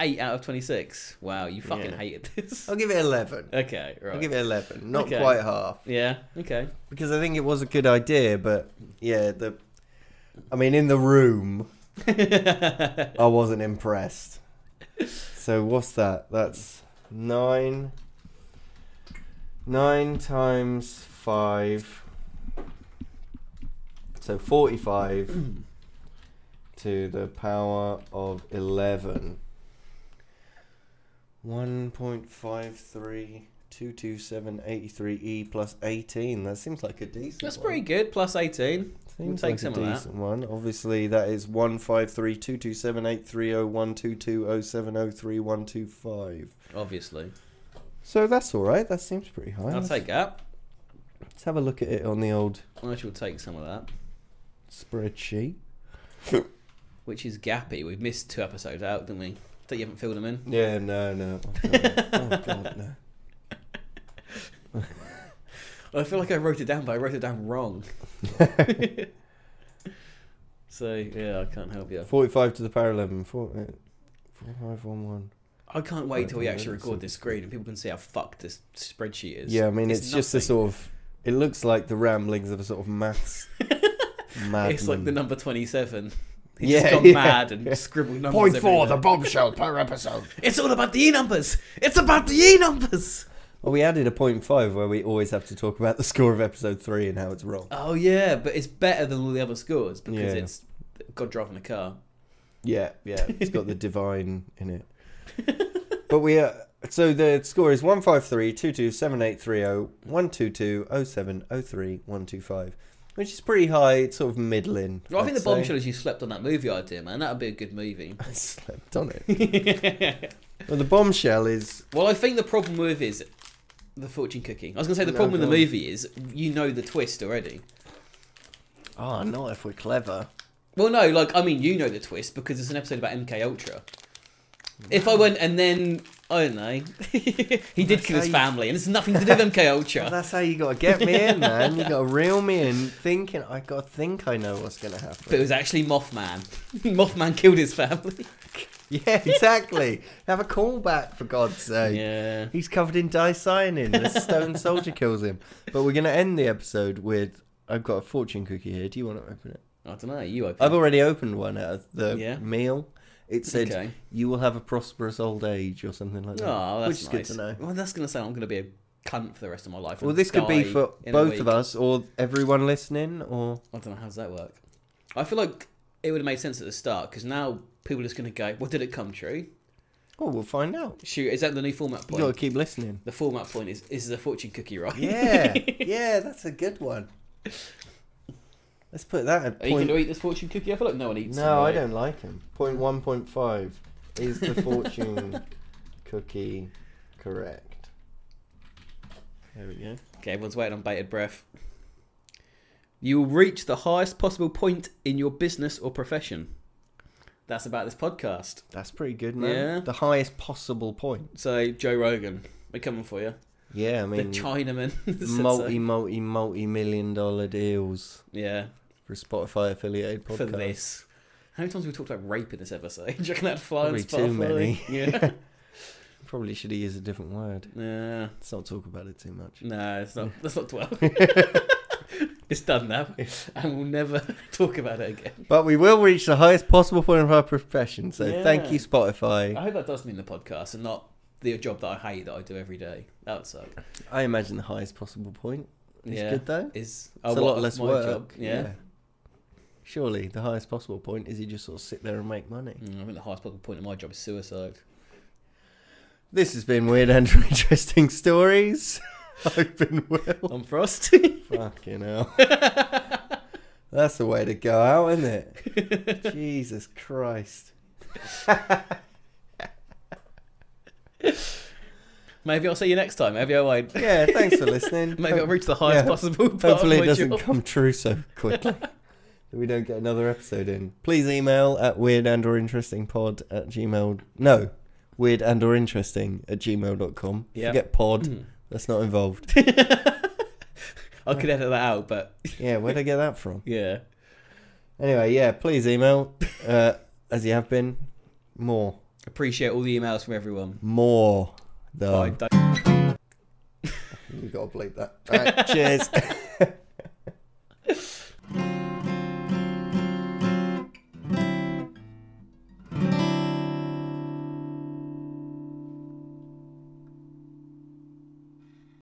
Speaker 1: eight out of twenty-six. Wow, you fucking
Speaker 2: Yeah.
Speaker 1: hated this.
Speaker 2: I'll give it eleven.
Speaker 1: (laughs) Okay,
Speaker 2: I'll
Speaker 1: right.
Speaker 2: give it eleven, not
Speaker 1: Okay.
Speaker 2: quite half.
Speaker 1: yeah.
Speaker 2: (laughs)
Speaker 1: Okay.
Speaker 2: because I think it was a good idea, but yeah, the I mean, in the room, I wasn't impressed. So what's that? That's nine. Nine times five. So
Speaker 1: (clears throat)
Speaker 2: forty-five to the power of eleven. One point five three two two seven eighty-three e plus eighteen. That seems like a decent.
Speaker 1: That's
Speaker 2: one.
Speaker 1: pretty good. Plus eighteen. We'll
Speaker 2: Seems
Speaker 1: take
Speaker 2: like
Speaker 1: some
Speaker 2: a
Speaker 1: of that.
Speaker 2: decent one. Obviously, that is one five three two two seven eight three zero one two two zero seven zero three one two five.
Speaker 1: Obviously,
Speaker 2: So that's all right. That seems pretty high.
Speaker 1: I'll
Speaker 2: Let's,
Speaker 1: take that.
Speaker 2: let's have a look at it on the old
Speaker 1: I shall take some of that.
Speaker 2: spreadsheet.
Speaker 1: Which is gappy. We've missed two episodes out, didn't we? That you haven't filled them in.
Speaker 2: Yeah, no, no. Oh god, (laughs) oh, god no.
Speaker 1: I feel like I wrote it down, but I wrote it down
Speaker 2: (laughs)
Speaker 1: wrong. so yeah, I can't help you.
Speaker 2: Forty-five to the power eleven. Four, uh, four five one one.
Speaker 1: I can't wait till we
Speaker 2: Okay,
Speaker 1: actually
Speaker 2: that's
Speaker 1: record
Speaker 2: a-
Speaker 1: this screen and people can see how fucked this spreadsheet is.
Speaker 2: Yeah, I mean, it's, just the
Speaker 1: nothing.
Speaker 2: sort of. It looks like the ramblings of a sort of maths. madman.
Speaker 1: (laughs) It's like the number twenty-seven. He's
Speaker 2: Yeah,
Speaker 1: just gone
Speaker 2: yeah.
Speaker 1: mad and scribbled numbers.
Speaker 3: Point
Speaker 1: everywhere.
Speaker 3: four, the bombshell per episode.
Speaker 1: It's all about the e numbers. It's about the e numbers.
Speaker 2: Well, Oh, we added a point five where we always have to talk about the score of episode three and how it's wrong.
Speaker 1: Oh yeah, but it's better than all the other scores because
Speaker 2: Yeah.
Speaker 1: it's God driving a car.
Speaker 2: Yeah, yeah, it's
Speaker 1: (laughs)
Speaker 2: got the divine in it. but we are so the score is one five three two two seven eight three zero one two two zero seven zero three one two five, which is pretty high. It's sort of middling.
Speaker 1: Well, I think
Speaker 2: I'd
Speaker 1: the bombshell
Speaker 2: say.
Speaker 1: is you slept on that movie idea, man. That would be a good movie.
Speaker 2: (laughs) I slept on it.
Speaker 1: (laughs)
Speaker 2: well, the bombshell is
Speaker 1: Well, I think the problem with is the fortune cookie. I was going to say the
Speaker 2: No,
Speaker 1: problem with
Speaker 2: go
Speaker 1: the
Speaker 2: on.
Speaker 1: movie is you know the twist already.
Speaker 2: Oh, not if we're clever.
Speaker 1: Well, no, like I mean, you know the twist because it's an episode about MK Ultra. If I went and then I don't know, he did
Speaker 2: That's
Speaker 1: kill
Speaker 2: how
Speaker 1: his
Speaker 2: you-
Speaker 1: family, and it's nothing to do with
Speaker 2: (laughs)
Speaker 1: MK
Speaker 2: Well,
Speaker 1: Ultra.
Speaker 2: that's how you gotta get me in,
Speaker 1: (laughs)
Speaker 2: man. You gotta reel me in, thinking I gotta think I know what's gonna
Speaker 1: But it
Speaker 2: happen.
Speaker 1: was actually Mothman. (laughs) Mothman killed his family.
Speaker 2: (laughs) Yeah, exactly. Have a callback for God's sake.
Speaker 1: Yeah.
Speaker 2: He's covered in dicyanin. The
Speaker 1: (laughs)
Speaker 2: stone soldier kills him. But we're gonna end the episode with I've got a fortune cookie here. Do you want to open it?
Speaker 1: I don't know. You open.
Speaker 2: I've already opened one out of the
Speaker 1: Yeah.
Speaker 2: meal. It said
Speaker 1: Okay.
Speaker 2: you will have a prosperous old age or something like that,
Speaker 1: Oh, that's
Speaker 2: which is
Speaker 1: nice.
Speaker 2: good to know.
Speaker 1: Well, that's gonna sound I'm gonna be a cunt for the rest of my life.
Speaker 2: Well,
Speaker 1: and
Speaker 2: this could be
Speaker 1: die
Speaker 2: for
Speaker 1: in a
Speaker 2: both of
Speaker 1: week.
Speaker 2: us or everyone listening, or
Speaker 1: I don't know how does that work. I feel like it would have made sense at the start because now people are just gonna go, "Well, did it come true?"
Speaker 2: oh, we'll find out.
Speaker 1: Shoot, is that the new format
Speaker 2: You
Speaker 1: point?
Speaker 2: gotta keep
Speaker 1: (laughs)
Speaker 2: listening.
Speaker 1: The format point is is the fortune cookie, right?
Speaker 2: Yeah, yeah, that's a good one. Let's put that at
Speaker 1: (laughs) Are you
Speaker 2: point.
Speaker 1: going to eat this fortune cookie? I feel like no one eats.
Speaker 2: No, I
Speaker 1: it, right?
Speaker 2: don't like him. Point one point five is
Speaker 1: (laughs)
Speaker 2: the fortune cookie correct? There we go.
Speaker 1: Okay, everyone's waiting on bated breath. You will reach the highest possible point in your business or profession. That's about this podcast.
Speaker 2: That's pretty good, man.
Speaker 1: Yeah.
Speaker 2: The highest possible point.
Speaker 1: So Joe Rogan, we're coming for you.
Speaker 2: Yeah, I mean,
Speaker 1: the Chinaman. (laughs) said so.
Speaker 2: multi, multi, multi million dollar deals
Speaker 1: Yeah,
Speaker 2: for Spotify affiliated podcast.
Speaker 1: for this. How many times have we talked about rape in this episode? (laughs) Do you reckon that'd fly on
Speaker 2: Probably
Speaker 1: Spotify?
Speaker 2: too many.
Speaker 1: Yeah.
Speaker 2: Probably should have used a different (laughs) word.
Speaker 1: yeah.
Speaker 2: Let's not talk about it too
Speaker 1: (laughs)
Speaker 2: much.
Speaker 1: No, it's not. That's
Speaker 2: (laughs)
Speaker 1: not twelve. (laughs) it's done now, and we'll never (laughs) talk about it again.
Speaker 2: But we will reach the highest possible point of our profession. So thank
Speaker 1: Yeah.
Speaker 2: you, Spotify.
Speaker 1: I hope that does mean the podcast and not the job that I hate that I do every day. That would suck.
Speaker 2: I imagine the highest possible point. It's
Speaker 1: Yeah.
Speaker 2: good though.
Speaker 1: Is
Speaker 2: It's a lot less work.
Speaker 1: Yeah.
Speaker 2: Surely the highest possible point is you just sort of sit there and make money.
Speaker 1: Mm, I think the highest possible point of my job is suicide.
Speaker 2: This has been weird and (laughs) interesting stories. (laughs) I've been
Speaker 1: (laughs)
Speaker 2: Will. (laughs)
Speaker 1: I'm Frost.
Speaker 2: Fucking hell. (laughs) That's the way to go out, isn't it? Jesus Christ.
Speaker 1: Maybe I'll see you next time. Maybe
Speaker 2: (laughs)
Speaker 1: I won't.
Speaker 2: Yeah, thanks for lilistening.
Speaker 1: Maybe I'll
Speaker 2: Hope-
Speaker 1: reach the highest
Speaker 2: yeah.
Speaker 1: possible part
Speaker 2: Hopefully,
Speaker 1: of
Speaker 2: it
Speaker 1: my
Speaker 2: doesn't
Speaker 1: job.
Speaker 2: come true so
Speaker 1: (laughs)
Speaker 2: quickly that we don't get another episode in. Please email at weird and or interesting pod at gmail. No, weird and or interesting at gmail.com.
Speaker 1: Yeah. Hmm.
Speaker 2: Forget pod. That's not involved.
Speaker 1: (laughs) (laughs) I could edit that out, but
Speaker 2: yeah, where'd I get that from?
Speaker 1: yeah.
Speaker 2: Anyway, yeah, please email uh, as you have been. More.
Speaker 1: Appreciate all the emails from everyone.
Speaker 2: More.
Speaker 1: But I
Speaker 2: Though.
Speaker 1: don't- (laughs)
Speaker 2: you got to bleep that. All right, cheers.